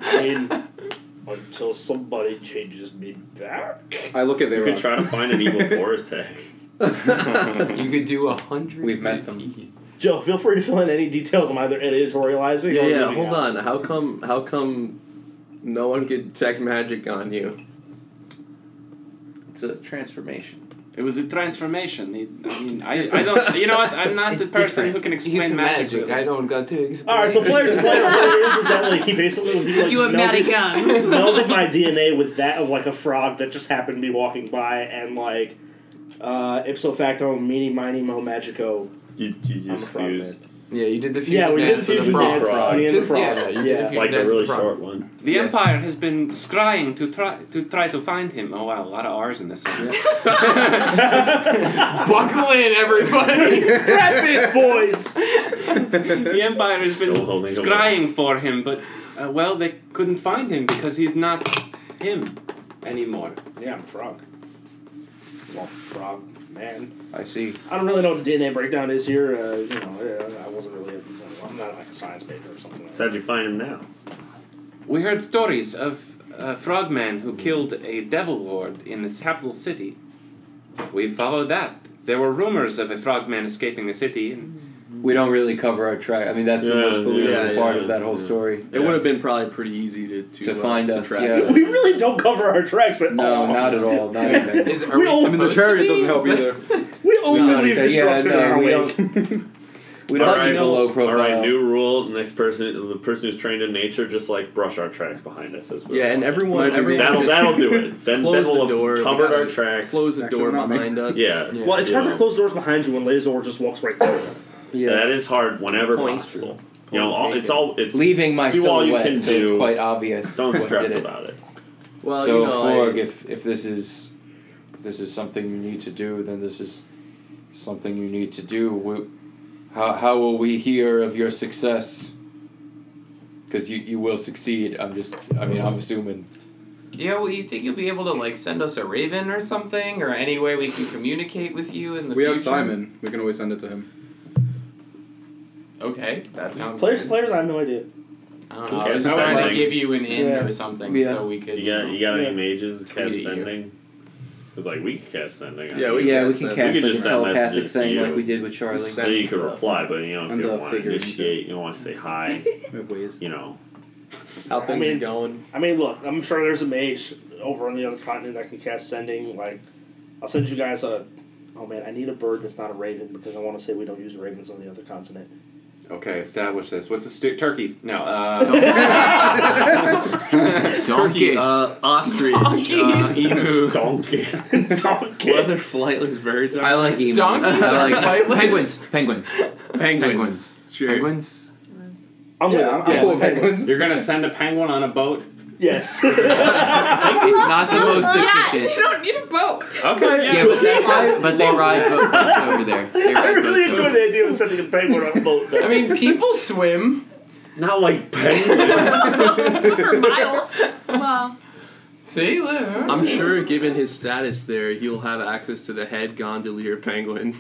G: I mean, until somebody changes me back.
J: I look at
C: You could try to find an evil
J: *laughs*
C: forest hag.
D: you could do a hundred.
B: We've met them.
G: Joe, feel free to fill in any details I'm either editorializing.
J: Yeah,
G: or
J: yeah.
G: leaving
J: Hold
G: out.
J: on. How come? How come? No one could check magic on you.
B: It's a transformation.
F: *laughs* It was a transformation. It- I mean, I, I don't. You know what? I'm not the
D: It's
F: person
D: different.
F: who can
D: It's
F: explain magic.
D: magic.
F: really.
D: I don't got to explain.
G: All right,
J: *laughs*
G: so players play is, is that like he basically would be like
I: You have
G: melded,
I: magic
G: *laughs*
I: guns.
G: melded my DNA with that of like a frog that just happened to be walking by and like uh, ipso facto meeny miny mo magico.
C: You, you
G: I'm a
C: just
G: frog
C: used
D: *laughs* Yeah, you did the fusion
G: Yeah, we did
D: dance with
G: fusion
D: the frog.
G: dance. Me and the
D: Just,
G: frog.
D: yeah, you did
G: Yeah.
D: a fusion
C: like a
D: dance with
C: really
D: the frog.
C: short one.
F: The Empire has been scrying to try to try to find him. Oh wow, a lot of R's in this sentence.
D: Buckle in,
G: *laughs*
D: everybody.
G: Grab it,
F: *laughs*
G: boys!
F: the Empire has been
C: Still holding the
F: scrying for him, but uh, well, they couldn't find him because he's not him anymore.
G: *laughs* Yeah, I'm a frog. Well, frog man.
B: *laughs* I see.
G: I don't really know what the DNA breakdown is here. Uh, you know, I, I wasn't really. I'm not like a science major or something. Like
C: So how'd you find him now?
F: We heard stories of a frogman who killed a devil lord in the capital city. We followed that. There were rumors of a frogman escaping the city, and
B: We don't really cover our track. I mean, that's the
C: Yeah,
B: most believable
J: yeah,
B: part
C: yeah,
B: of that whole
C: yeah.
B: story.
J: It would have been probably pretty easy to to,
B: To
J: uh,
B: find
J: to
B: us,
J: track
B: yeah.
G: that. We really don't cover our tracks at
B: No,
G: all.
B: not at all. Not even.
D: Is, are
G: We
D: we
G: all- I
J: I mean, the
D: supposed to
J: chariot
D: be?
J: doesn't help
D: Like,
J: either.
G: We only
B: No,
G: leave
B: yeah,
G: destruction in
B: no,
G: our
B: we
G: wake.
B: We don't *laughs*
C: Alright,
B: keep a low
C: All
B: profile.
C: right, new rule. Next person, the person who's trained in nature, just like brush our tracks behind us as well.
J: Yeah, and everyone, everyone
C: that'll
J: just
C: that'll do
J: *laughs*
C: it. Then,
J: Close
C: then we'll
J: the
C: have
J: door, we
C: covered our
J: gotta
C: tracks.
J: Close the
L: Actually,
J: door
L: not me.
J: behind us.
C: Yeah.
D: Yeah.
G: Well, it's hard
C: Yeah.
G: to close doors behind you when Lazor just walks right through. them.
B: yeah.
C: That is hard whenever
J: Point.
C: possible. You know, all, it's all it's
B: Leaving my
C: Do all you
B: silhouette,
C: can
B: so it's
C: do.
B: quite obvious.
C: don't
B: what
C: stress
B: did it.
C: about it.
J: Well,
B: so
J: you know,
B: Forg,
J: I-
B: if if this is if this is something you need to do, then this is something you need to do. We, how how will we hear of your success? Because you you will succeed. I'm just. I mean, I'm assuming.
D: Yeah, well, you think you'll be able to like send us a raven or something, or any way we can communicate with you in the
J: we have
D: future?
J: Simon. We can always send it to him.
D: Okay, that sounds.
G: Players,
D: good. Uh,
G: players, I have no idea.
D: I don't know.
C: Okay,
D: I was
C: so
D: trying
C: like-
D: to give you an in
L: Yeah.
D: or something,
B: Yeah.
D: so we could.
C: You got you got any mages
D: Tweet at
C: cast
D: you.
C: sending? Because like we can cast sending.
J: Yeah,
C: we
J: we-
B: Yeah, we can
J: can send-
B: cast
C: we could
B: like a
C: just send
B: telepathic
C: messages to
B: thing,
C: you.
B: like we did with Charlie.
J: Just
C: so
J: send
C: you could
J: stuff.
C: reply, but you know if
J: And
C: you
J: the
C: don't want to
J: figures.
C: initiate, you want to say
J: *laughs*
C: hi.
L: We have ways.
C: you know,
J: How things
G: mean-
B: *laughs*
J: are going?
G: I mean, look, I'm sure there's a mage over on the other continent that can cast sending. Like, I'll send you guys a. Oh man, I need a bird that's not a raven because I want to say we don't use ravens on the other continent.
F: okay, establish this. What's the stu- turkeys? No,
G: *laughs*
F: uh,
D: Donkey.
J: Uh, *laughs* ostrich. Uh,
D: Donkeys.
J: *laughs* emu.
C: donkey.
G: *laughs*
J: What other flightless birds are?
M: I like emus.
D: Donkeys
B: *laughs*
M: I
D: are
M: like
D: flightless.
M: penguins. Penguins. Penguins.
J: Sure.
D: Penguins.
G: I'm
J: Yeah, I'm,
G: with it.
J: *laughs* I'm cool with penguins.
F: You're gonna send a penguin on a boat?
G: Yes.
B: it's not the most
I: You
B: efficient.
I: don't need a boat.
B: yeah, but, that's how, but they ride boat boats over there. They
G: *laughs* I
B: ride
G: really
B: boats
G: enjoy
B: over.
G: the idea of sending a penguin on a boat.
D: I mean, people swim.
G: Not like penguins.
I: For miles. *laughs* Well,
D: See, look.
J: I'm sure, given his status there, he'll have access to the head gondolier penguin. *laughs*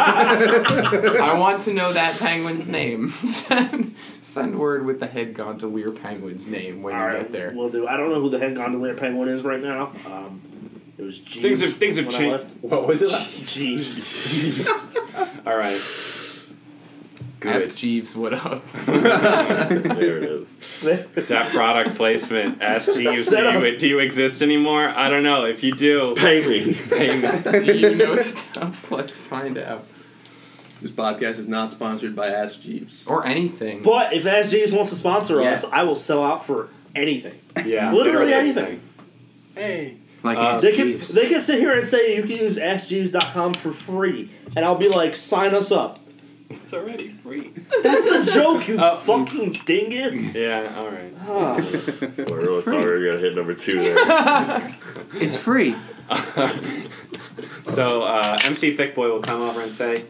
D: I want to know that penguin's name. *laughs* send, send word with the head gondolier penguin's name when
G: All
D: you
G: right,
D: get there.
G: We'll do. I don't know who the head gondolier penguin is right now. Um, it was Jeeves.
F: Things have- things have
G: when I
F: changed.
G: left.
F: What was it? *laughs*
G: Jeeves.
F: All right.
D: *laughs* Ask Jeeves what up.
A: there it is.
F: That product placement. Ask Jeeves, do
G: Set up.
F: you, do you exist anymore? I don't know. If you do,
A: Pay me.
F: pay me.
D: Do you know stuff? *laughs* Let's find out.
J: This podcast is not sponsored by Ask Jeeves.
D: Or anything.
G: But if Ask Jeeves wants to sponsor
J: Yeah.
G: us, I will sell out for anything.
F: Yeah.
G: Literally anything.
F: Hey.
D: Like
F: Uh,
D: Ask
G: They can,
D: Jeeves.
G: they can sit here and say you can use AskJeeves.com for free, and I'll be like, sign us up.
F: It's already free.
G: That's the joke, you fucking
F: *laughs*
G: dingus.
F: Yeah, all right.
G: Ah.
A: I really thought we were gonna hit number two there.
B: It's free.
F: So uh, MC Thickboy will come over and say,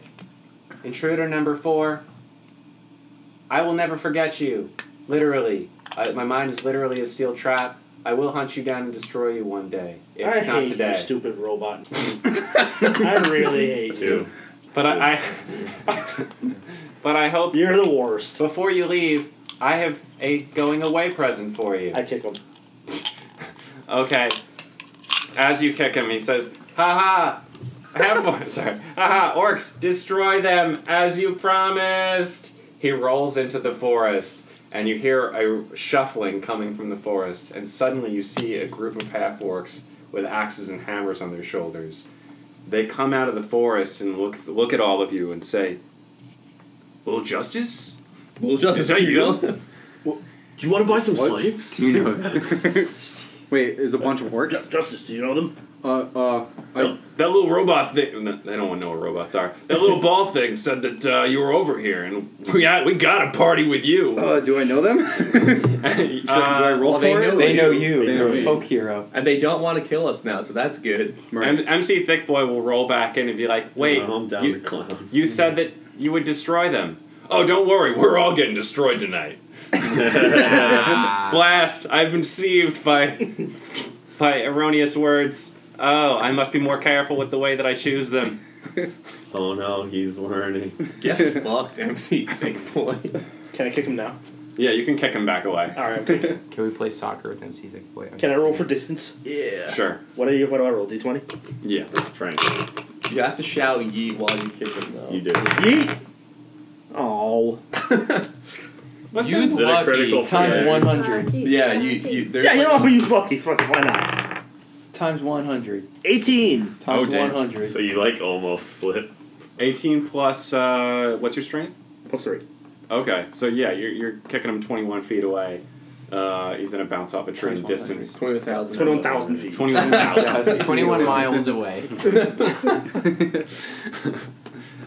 F: "Intruder number four, I will never forget you. Literally, I, my mind is literally a steel trap. I will hunt you down and destroy you one day, if
G: I
F: not
G: hate you,
F: today.
G: stupid robot. I really hate you.
A: Two.
F: But I, I *laughs* but I hope
G: You're the worst.
F: before you leave, I have a going away present for you.
G: I kick him.
F: Okay. As you kick him, he says, "Ha ha! Have more. *laughs* Sorry. Ha ha! Orcs, destroy them as you promised." He rolls into the forest, and you hear a shuffling coming from the forest, and suddenly you see a group of half orcs with axes and hammers on their shoulders. They come out of the forest and look look at all of you and say, "Will justice?
J: Well, just
F: Is that *laughs* you?
G: Do you want to buy some
C: What?
G: slaves?
B: You know,
C: *laughs* Wait, is a bunch of orcs?
G: Justice, do you know them?
C: Uh, uh, I,
F: That, that little robot thing. no, They don't want to know what robots are. That
A: *laughs*
F: little ball thing said that uh, you were over here, and we had, we got a party with you. *laughs*
A: Oh,
C: uh, do I know them? *laughs*
F: And,
C: Do I
F: uh,
C: roll
J: well,
C: for
J: they
C: it?
J: know
N: They know you.
C: They know
N: You're
C: me.
N: a folk hero.
J: And they don't want to kill us now, so that's good.
F: M- MC Thickboy will roll back in and be like, "Wait,
A: I'm down
F: you,
A: to clown.
F: you said that you would destroy them. Oh, don't worry, we're all getting destroyed
A: *laughs*
F: tonight. Blast! I've been deceived by by erroneous words. Oh, I must be more careful with the way that I choose them.
A: Oh no, he's learning.
J: Get *laughs* fucked, MC Big Boy.
G: Can I kick him now?
F: Yeah, you can kick him back away.
G: All right, I'm kicking him.
D: Can we play soccer with MC Thickboy?
G: Can I roll for distance? Yeah.
F: Sure.
G: What do you? What do I roll? D twenty.
F: Yeah. Trying.
J: You have to shout ye while you kick him, though.
A: You did. it.
G: Yeet. Oh.
D: What's
A: Is
D: Use
A: it a
D: lucky
A: critical
D: times
A: failure?
D: 100.
J: Yeah, you. you there's
G: Yeah, you know
J: like-
G: I'll use lucky. Fuck, it, why not?
D: Times 100.
G: Eighteen.
F: Oh, damn.
D: 100.
A: So you like almost slipped.
F: 18 plus, uh, what's your strength?
G: Plus three.
F: Okay, so yeah, you're, you're kicking him 21 feet away. Uh, he's going to bounce off a tree in distance.
J: 21,000.
G: Twenty-one thousand feet.
F: *laughs* 21,000.
D: That's 21 miles away.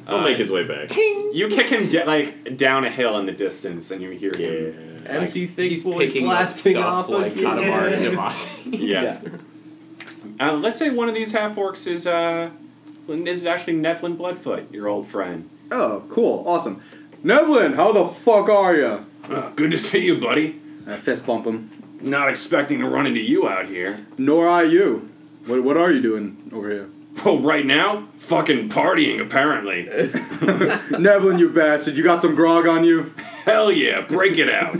A: He'll make his way back.
F: Uh, You kick him da- like down a hill in the distance, and you hear
A: Yeah.
F: him.
J: MC Thick
D: He's
J: Boy's
D: picking up
J: blasting
D: stuff
J: off
D: like
J: of you.
D: Katamari
G: *laughs*
D: Damacy.
F: Yeah. Uh, let's say one of these half orcs is uh, is actually Nevlin Bloodfoot, your old friend.
C: Oh, cool, awesome. Nevlin, how the fuck are ya?
F: Uh, good to see you, buddy.
C: I Uh, fist bump him.
F: Not expecting to run into you out here.
C: Nor I you. What, what are you doing over here? *laughs*
F: Oh, right now, fucking partying apparently.
C: Nevlin, you bastard, you got some grog on you?
F: Hell yeah, break it out.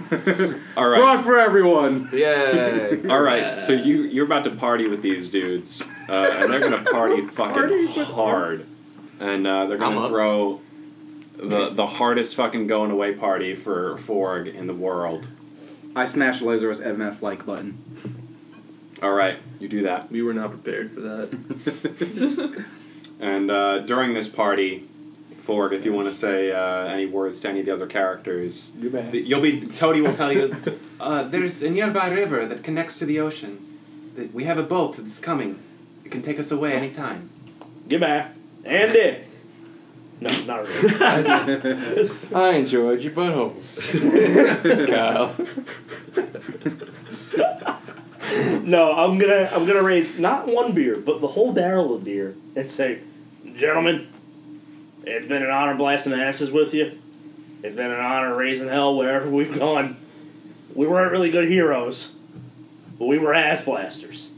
F: All right.
C: Grog for everyone!
D: Yay.
F: All right, so you you're about to party with these dudes, uh, and they're gonna party fucking hard, and uh, they're
D: I'm
F: gonna
D: up.
F: throw the the hardest fucking going away party for Forg in the world.
C: I smash Lazarus MF like button.
F: All right, you do that,
J: We were not prepared for that.
F: and uh, during this party, Forg, if you want to say uh, any words to any of the other characters,
J: You're bad.
F: th- you'll be Toady will tell you. Uh, there's a nearby river that connects to the ocean. That we have a boat that's coming. It can take us away anytime.
G: Goodbye. And dick. No, not really.
J: I enjoyed your buttholes. Kyle.
G: no, I'm gonna I'm gonna raise not one beer, but the whole barrel of beer, and say, gentlemen, it's been an honor blasting asses with you. It's been an honor raising hell wherever we've gone. We weren't really good heroes, but we were ass blasters.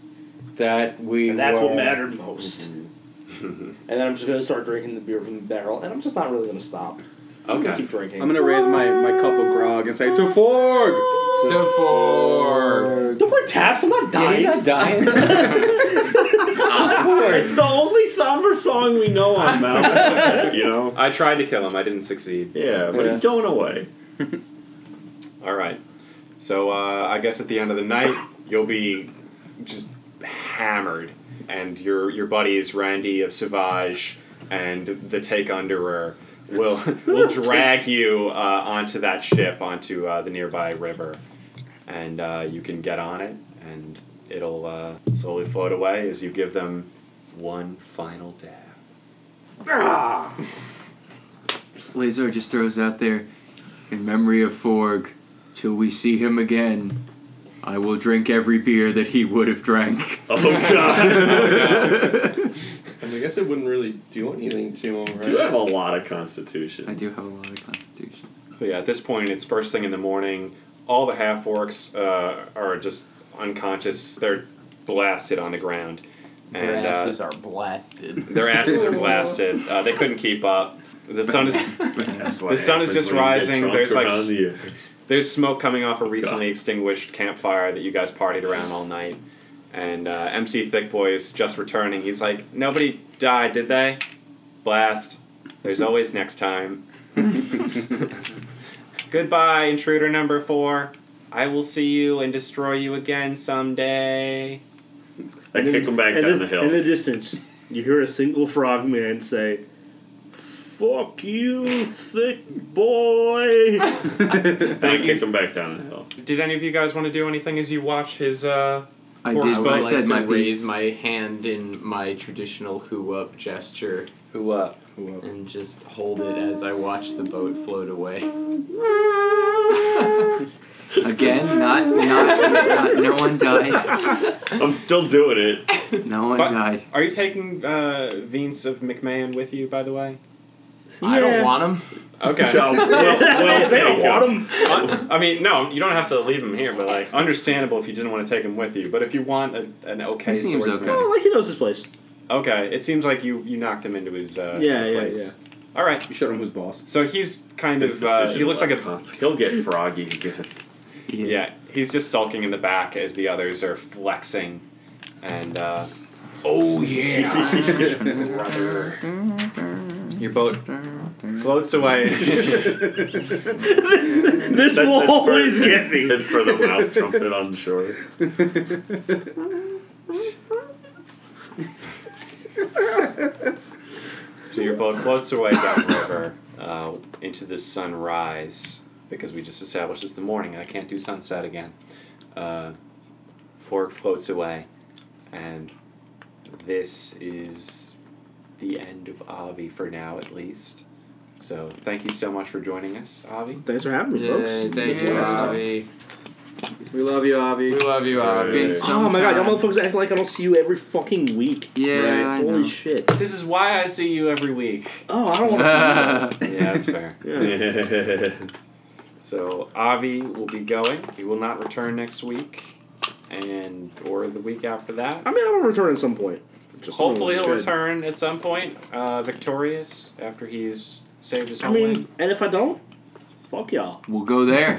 N: That we.
G: And that's what
N: were-
G: mattered most.
A: Mm-hmm.
G: And then I'm just gonna start drinking the beer from the barrel, and I'm just not really gonna stop. I'm gonna
N: Okay.
G: keep drinking.
C: I'm gonna raise my, my cup of grog and say to
G: *laughs*
C: Forg.
D: To Forg.
G: Don't put taps. I'm not
N: Yeah,
G: dying.
N: he's not dying. *laughs*
B: *laughs*
G: it's the only somber song we know on Mount.
F: you know, I tried to kill him. I didn't succeed.
A: Yeah, but he's
F: going away. All right. So uh, I guess at the end of the night, you'll be just hammered, and your your buddies Randy of Savage and the Take Underer
A: *laughs*
F: will will drag you uh, onto that ship onto uh, the nearby river, and uh, you can get on it, and it'll uh, slowly float away as you give them one final dab.
B: Lazar just throws out there, in memory of Forg, till we see him again, I will drink every beer that he would have drank.
A: Oh,
F: *laughs*
A: God.
J: I, mean, I guess it wouldn't really do anything to him, right?
A: Do
J: *laughs*
A: you have a lot of constitution?
B: I do have a lot of constitution.
F: So yeah, at this point, it's first thing in the morning. All the half orcs uh, are just unconscious. They're blasted on the ground, and
D: Their asses
F: uh,
D: are blasted.
F: their asses
D: *laughs*
F: are blasted. Uh, they couldn't keep up. The sun is the sun is just rising. There's like s- there's smoke coming off a recently extinguished campfire that you guys partied around all night. And uh, MC Thickboy is just returning. He's like, nobody died, did they? Blast. There's always next time. Goodbye, intruder number four. I will see you and destroy you again someday.
A: I kick him back
G: And
A: down
G: then-
A: the hill.
G: In the distance, you hear a single frogman say, Fuck you, thick
K: *laughs*
G: boy.
A: and I kick him back down the hill.
F: Did any of you guys want to do anything as you watch his? Uh,
B: I
F: force
B: did.
F: bow?
B: I said
D: to
B: my
D: raise
B: piece.
D: my hand in my traditional hoo up gesture.
F: Hoo
B: uh?
F: up.
D: And just hold it as I watch the boat float away.
B: Again, not, not, not no one died.
A: I'm still doing it.
B: No one
F: But-
B: died.
F: Are you taking uh, Vince of McMahon with you, by the way?
D: I
G: Yeah.
D: don't want him.
F: Okay.
A: So we'll, we'll
F: They don't
A: take
F: want
A: him.
F: Un- I mean, no, you don't have to leave him here, but like, understandable if you didn't want to take him with you. But if you want a, an okay,
B: He seems
F: swordsman-
B: okay.
G: Oh, like he knows his place.
F: Okay, it seems like you you knocked him into his uh,
G: Yeah, yeah,
F: place. All right,
C: You showed him who's boss.
F: so he's kind
A: His
F: of uh,
A: decision
F: he looks like a
A: left cons- He'll get froggy again.
F: yeah. He's just sulking in the back as the others are flexing, and uh, oh yeah, *laughs* brother, your boat floats *laughs* away.
G: *laughs* This
A: That-
G: will
A: that's for-
G: always
A: it's-
G: get me.
A: It's for the mouth trumpet on shore.
F: So your boat floats away downriver uh, into the sunrise because we just established it's the morning and I can't do sunset again. Uh, fork floats away, and this is the end of Avi for now, at least. So thank you so much for joining us, Avi.
K: Thanks for having me, folks. Oh
D: Yay, thank you,
C: Yeah.
D: Avi.
C: We love you, Avi.
D: We love you,
A: It's
D: Avi.
A: been
B: so-
K: Oh my god, y'all
B: Sometime.
K: motherfuckers act like I don't see you every fucking week.
B: Yeah, I
K: Holy
B: know.
K: shit.
F: This is why I see you every week.
K: Oh, I don't want to
F: Yeah, that's fair.
K: see you. Yeah.
A: Thank
F: *laughs* So Avi will be going. He will not return next week, and or the week after that.
K: I mean, I'm gonna return at some point. Just
F: Hopefully he'll
K: Good.
F: return at some point, uh, victorious after he's saved his
K: I
F: homeland.
G: *laughs*
K: mean, and if I don't, fuck y'all.
B: We'll go there.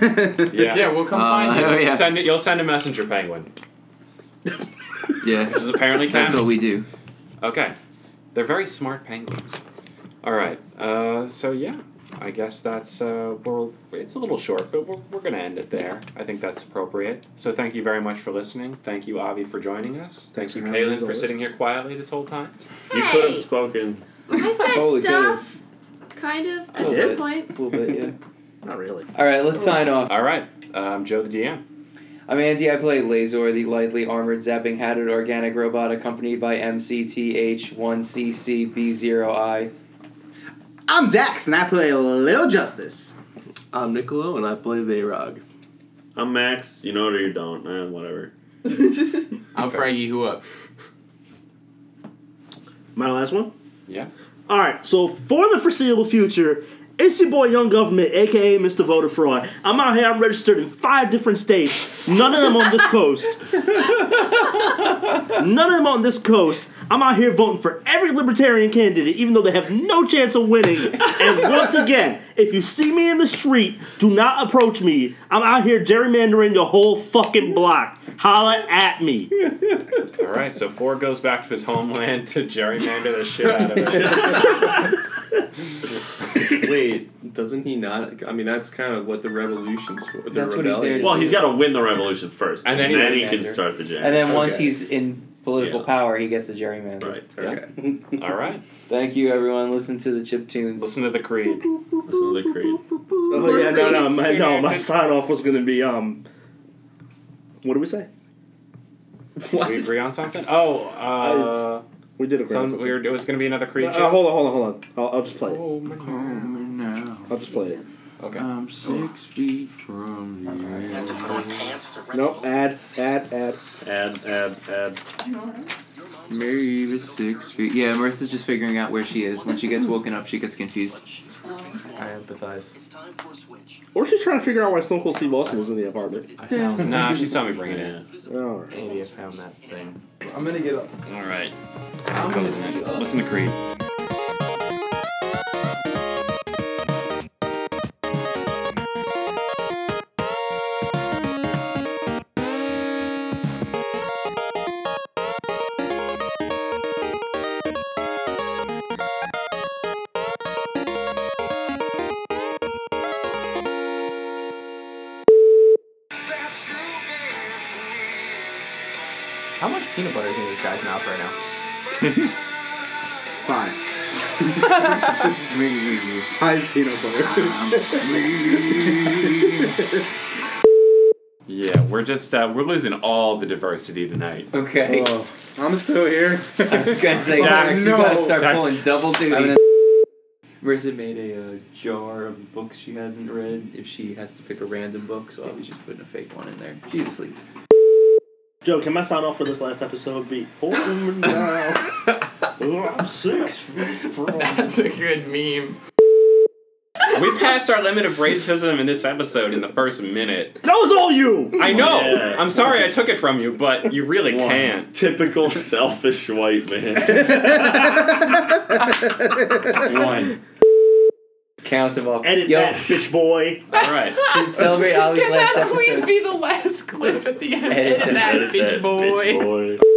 F: yeah.
D: Yeah, we'll come
B: Uh,
D: find
B: *laughs*
D: you.
B: oh, yeah.
F: Send it. You'll send a messenger penguin,
B: Yeah,
F: which is apparently
B: that's
F: Cam.
B: what we do.
F: Okay, they're very smart penguins. All right. Uh, so yeah, I guess that's uh, we're it's a little short, but we're, we're gonna end it there. I think that's appropriate. So thank you very much for listening. Thank you, Avi, for joining us. Thank
K: Thanks
F: you,
K: for having me,
F: Kaylin,
K: as
F: for
K: always.
F: sitting here quietly this whole time.
A: You
I: Hey,
A: could have spoken.
I: I said
N: Totally
I: stuff, kind of,
N: A
I: at
N: little
I: some
N: bit.
I: points.
N: A little bit, yeah.
K: Not really.
N: All right, let's sign off.
F: All right. Uh, I'm Joe the DM.
N: I'm Andy. I play Lazor, the lightly armored, zapping, hatted organic robot, accompanied by MCTH1CCB0I.
C: *laughs* I'm Dax, and I play Lil Justice.
J: I'm Niccolo, and I play Veyrog.
A: I'm Max. You know it or you don't, man. Whatever.
D: I'm Frankie. Who up?
G: My last one?
F: Yeah.
G: All right, so for the foreseeable future, it's your boy Young Government, aka Mr. Voter Fraud. I'm out here, I'm registered in five different states, none of them on this coast. none of them on this coast. I'm out here voting for every libertarian candidate, even though they have no chance of winning. And once again, if you see me in the street, do not approach me. I'm out here gerrymandering your whole fucking block. Holla at me. *laughs*
F: All right, so four goes back to his homeland to gerrymander the shit out of *laughs* it.
J: Wait, doesn't he not? I mean, that's kind of what the revolution's for. The
B: That's what he's
J: rebellion.
B: there to
A: Well, he's got to win the revolution first,
F: And then
A: then he
F: he's-
A: can start the jam.
B: And then once
J: Okay.
B: he's in political power, he gets the gerrymander.
A: right,
F: Yeah. All right,
B: Thank you, everyone. Listen to the chip tunes.
F: listen to the *laughs* creed.
A: listen to the creed.
G: Oh yeah, no, no, my, no.
D: Mercury's
G: My
D: reenacted.
G: sign off was gonna be um. What did we say?
F: Did we agree on something? Oh,
G: We did
F: uh,
G: a
F: some weird. It was gonna be another creed.
G: Uh, hold on, hold on, hold on. I'll, I'll just play it.
F: Oh my God.
D: now
G: I'll just play it.
F: Okay.
D: I'm six feet from you.
G: Nope. Add, add, add.
A: Add, add, add.
B: Maybe six feet. Yeah, Marissa's just figuring out where she is. When she gets woken up, she gets confused.
A: I empathize.
G: Or she's trying to figure out why Stone Cold Steve Austin was in the apartment.
A: I found
F: Nah, she saw me bring it in.
G: All right.
A: Andy, I found that thing.
J: I'm gonna get up.
F: All right.
D: I'm
F: Closing it. Listen to creed.
D: How much peanut butter is in this guy's mouth right now?
J: *laughs*
C: *laughs* Fine. Hi, peanut butter.
F: Yeah, we're just uh, we're losing all the diversity tonight.
B: Okay.
C: Oh, I'm still here.
B: I
C: *laughs*
B: was gonna say,
F: Dax,
B: you gotta
C: no.
B: start
F: Dax.
B: pulling double
C: I'm
B: duty.
C: gonna-
B: Marissa made a uh, jar of books she hasn't read. If she has to pick a random book, so I was just putting a fake one in there. She's asleep.
G: Joe, can my sign off for this last episode be? Oh, *laughs* now. Oh, I'm six feet from.
D: That's a good meme.
F: We passed our limit of racism in this episode in the first minute.
G: That was all you.
F: I know.
A: Yeah.
F: I'm sorry I took it from you, but you really can't.
A: Typical selfish white
D: *laughs*
A: man. One.
B: Count them off.
G: Edit
B: Yo,
G: that, bitch boy.
F: All right.
B: should *laughs*
G: *laughs*
B: celebrate Ollie's
D: Can
B: last
D: that please
B: episode.
D: be the last clip at the end?
B: Edit
D: Edit that,
A: Edit
D: bitch boy.
A: bitch boy.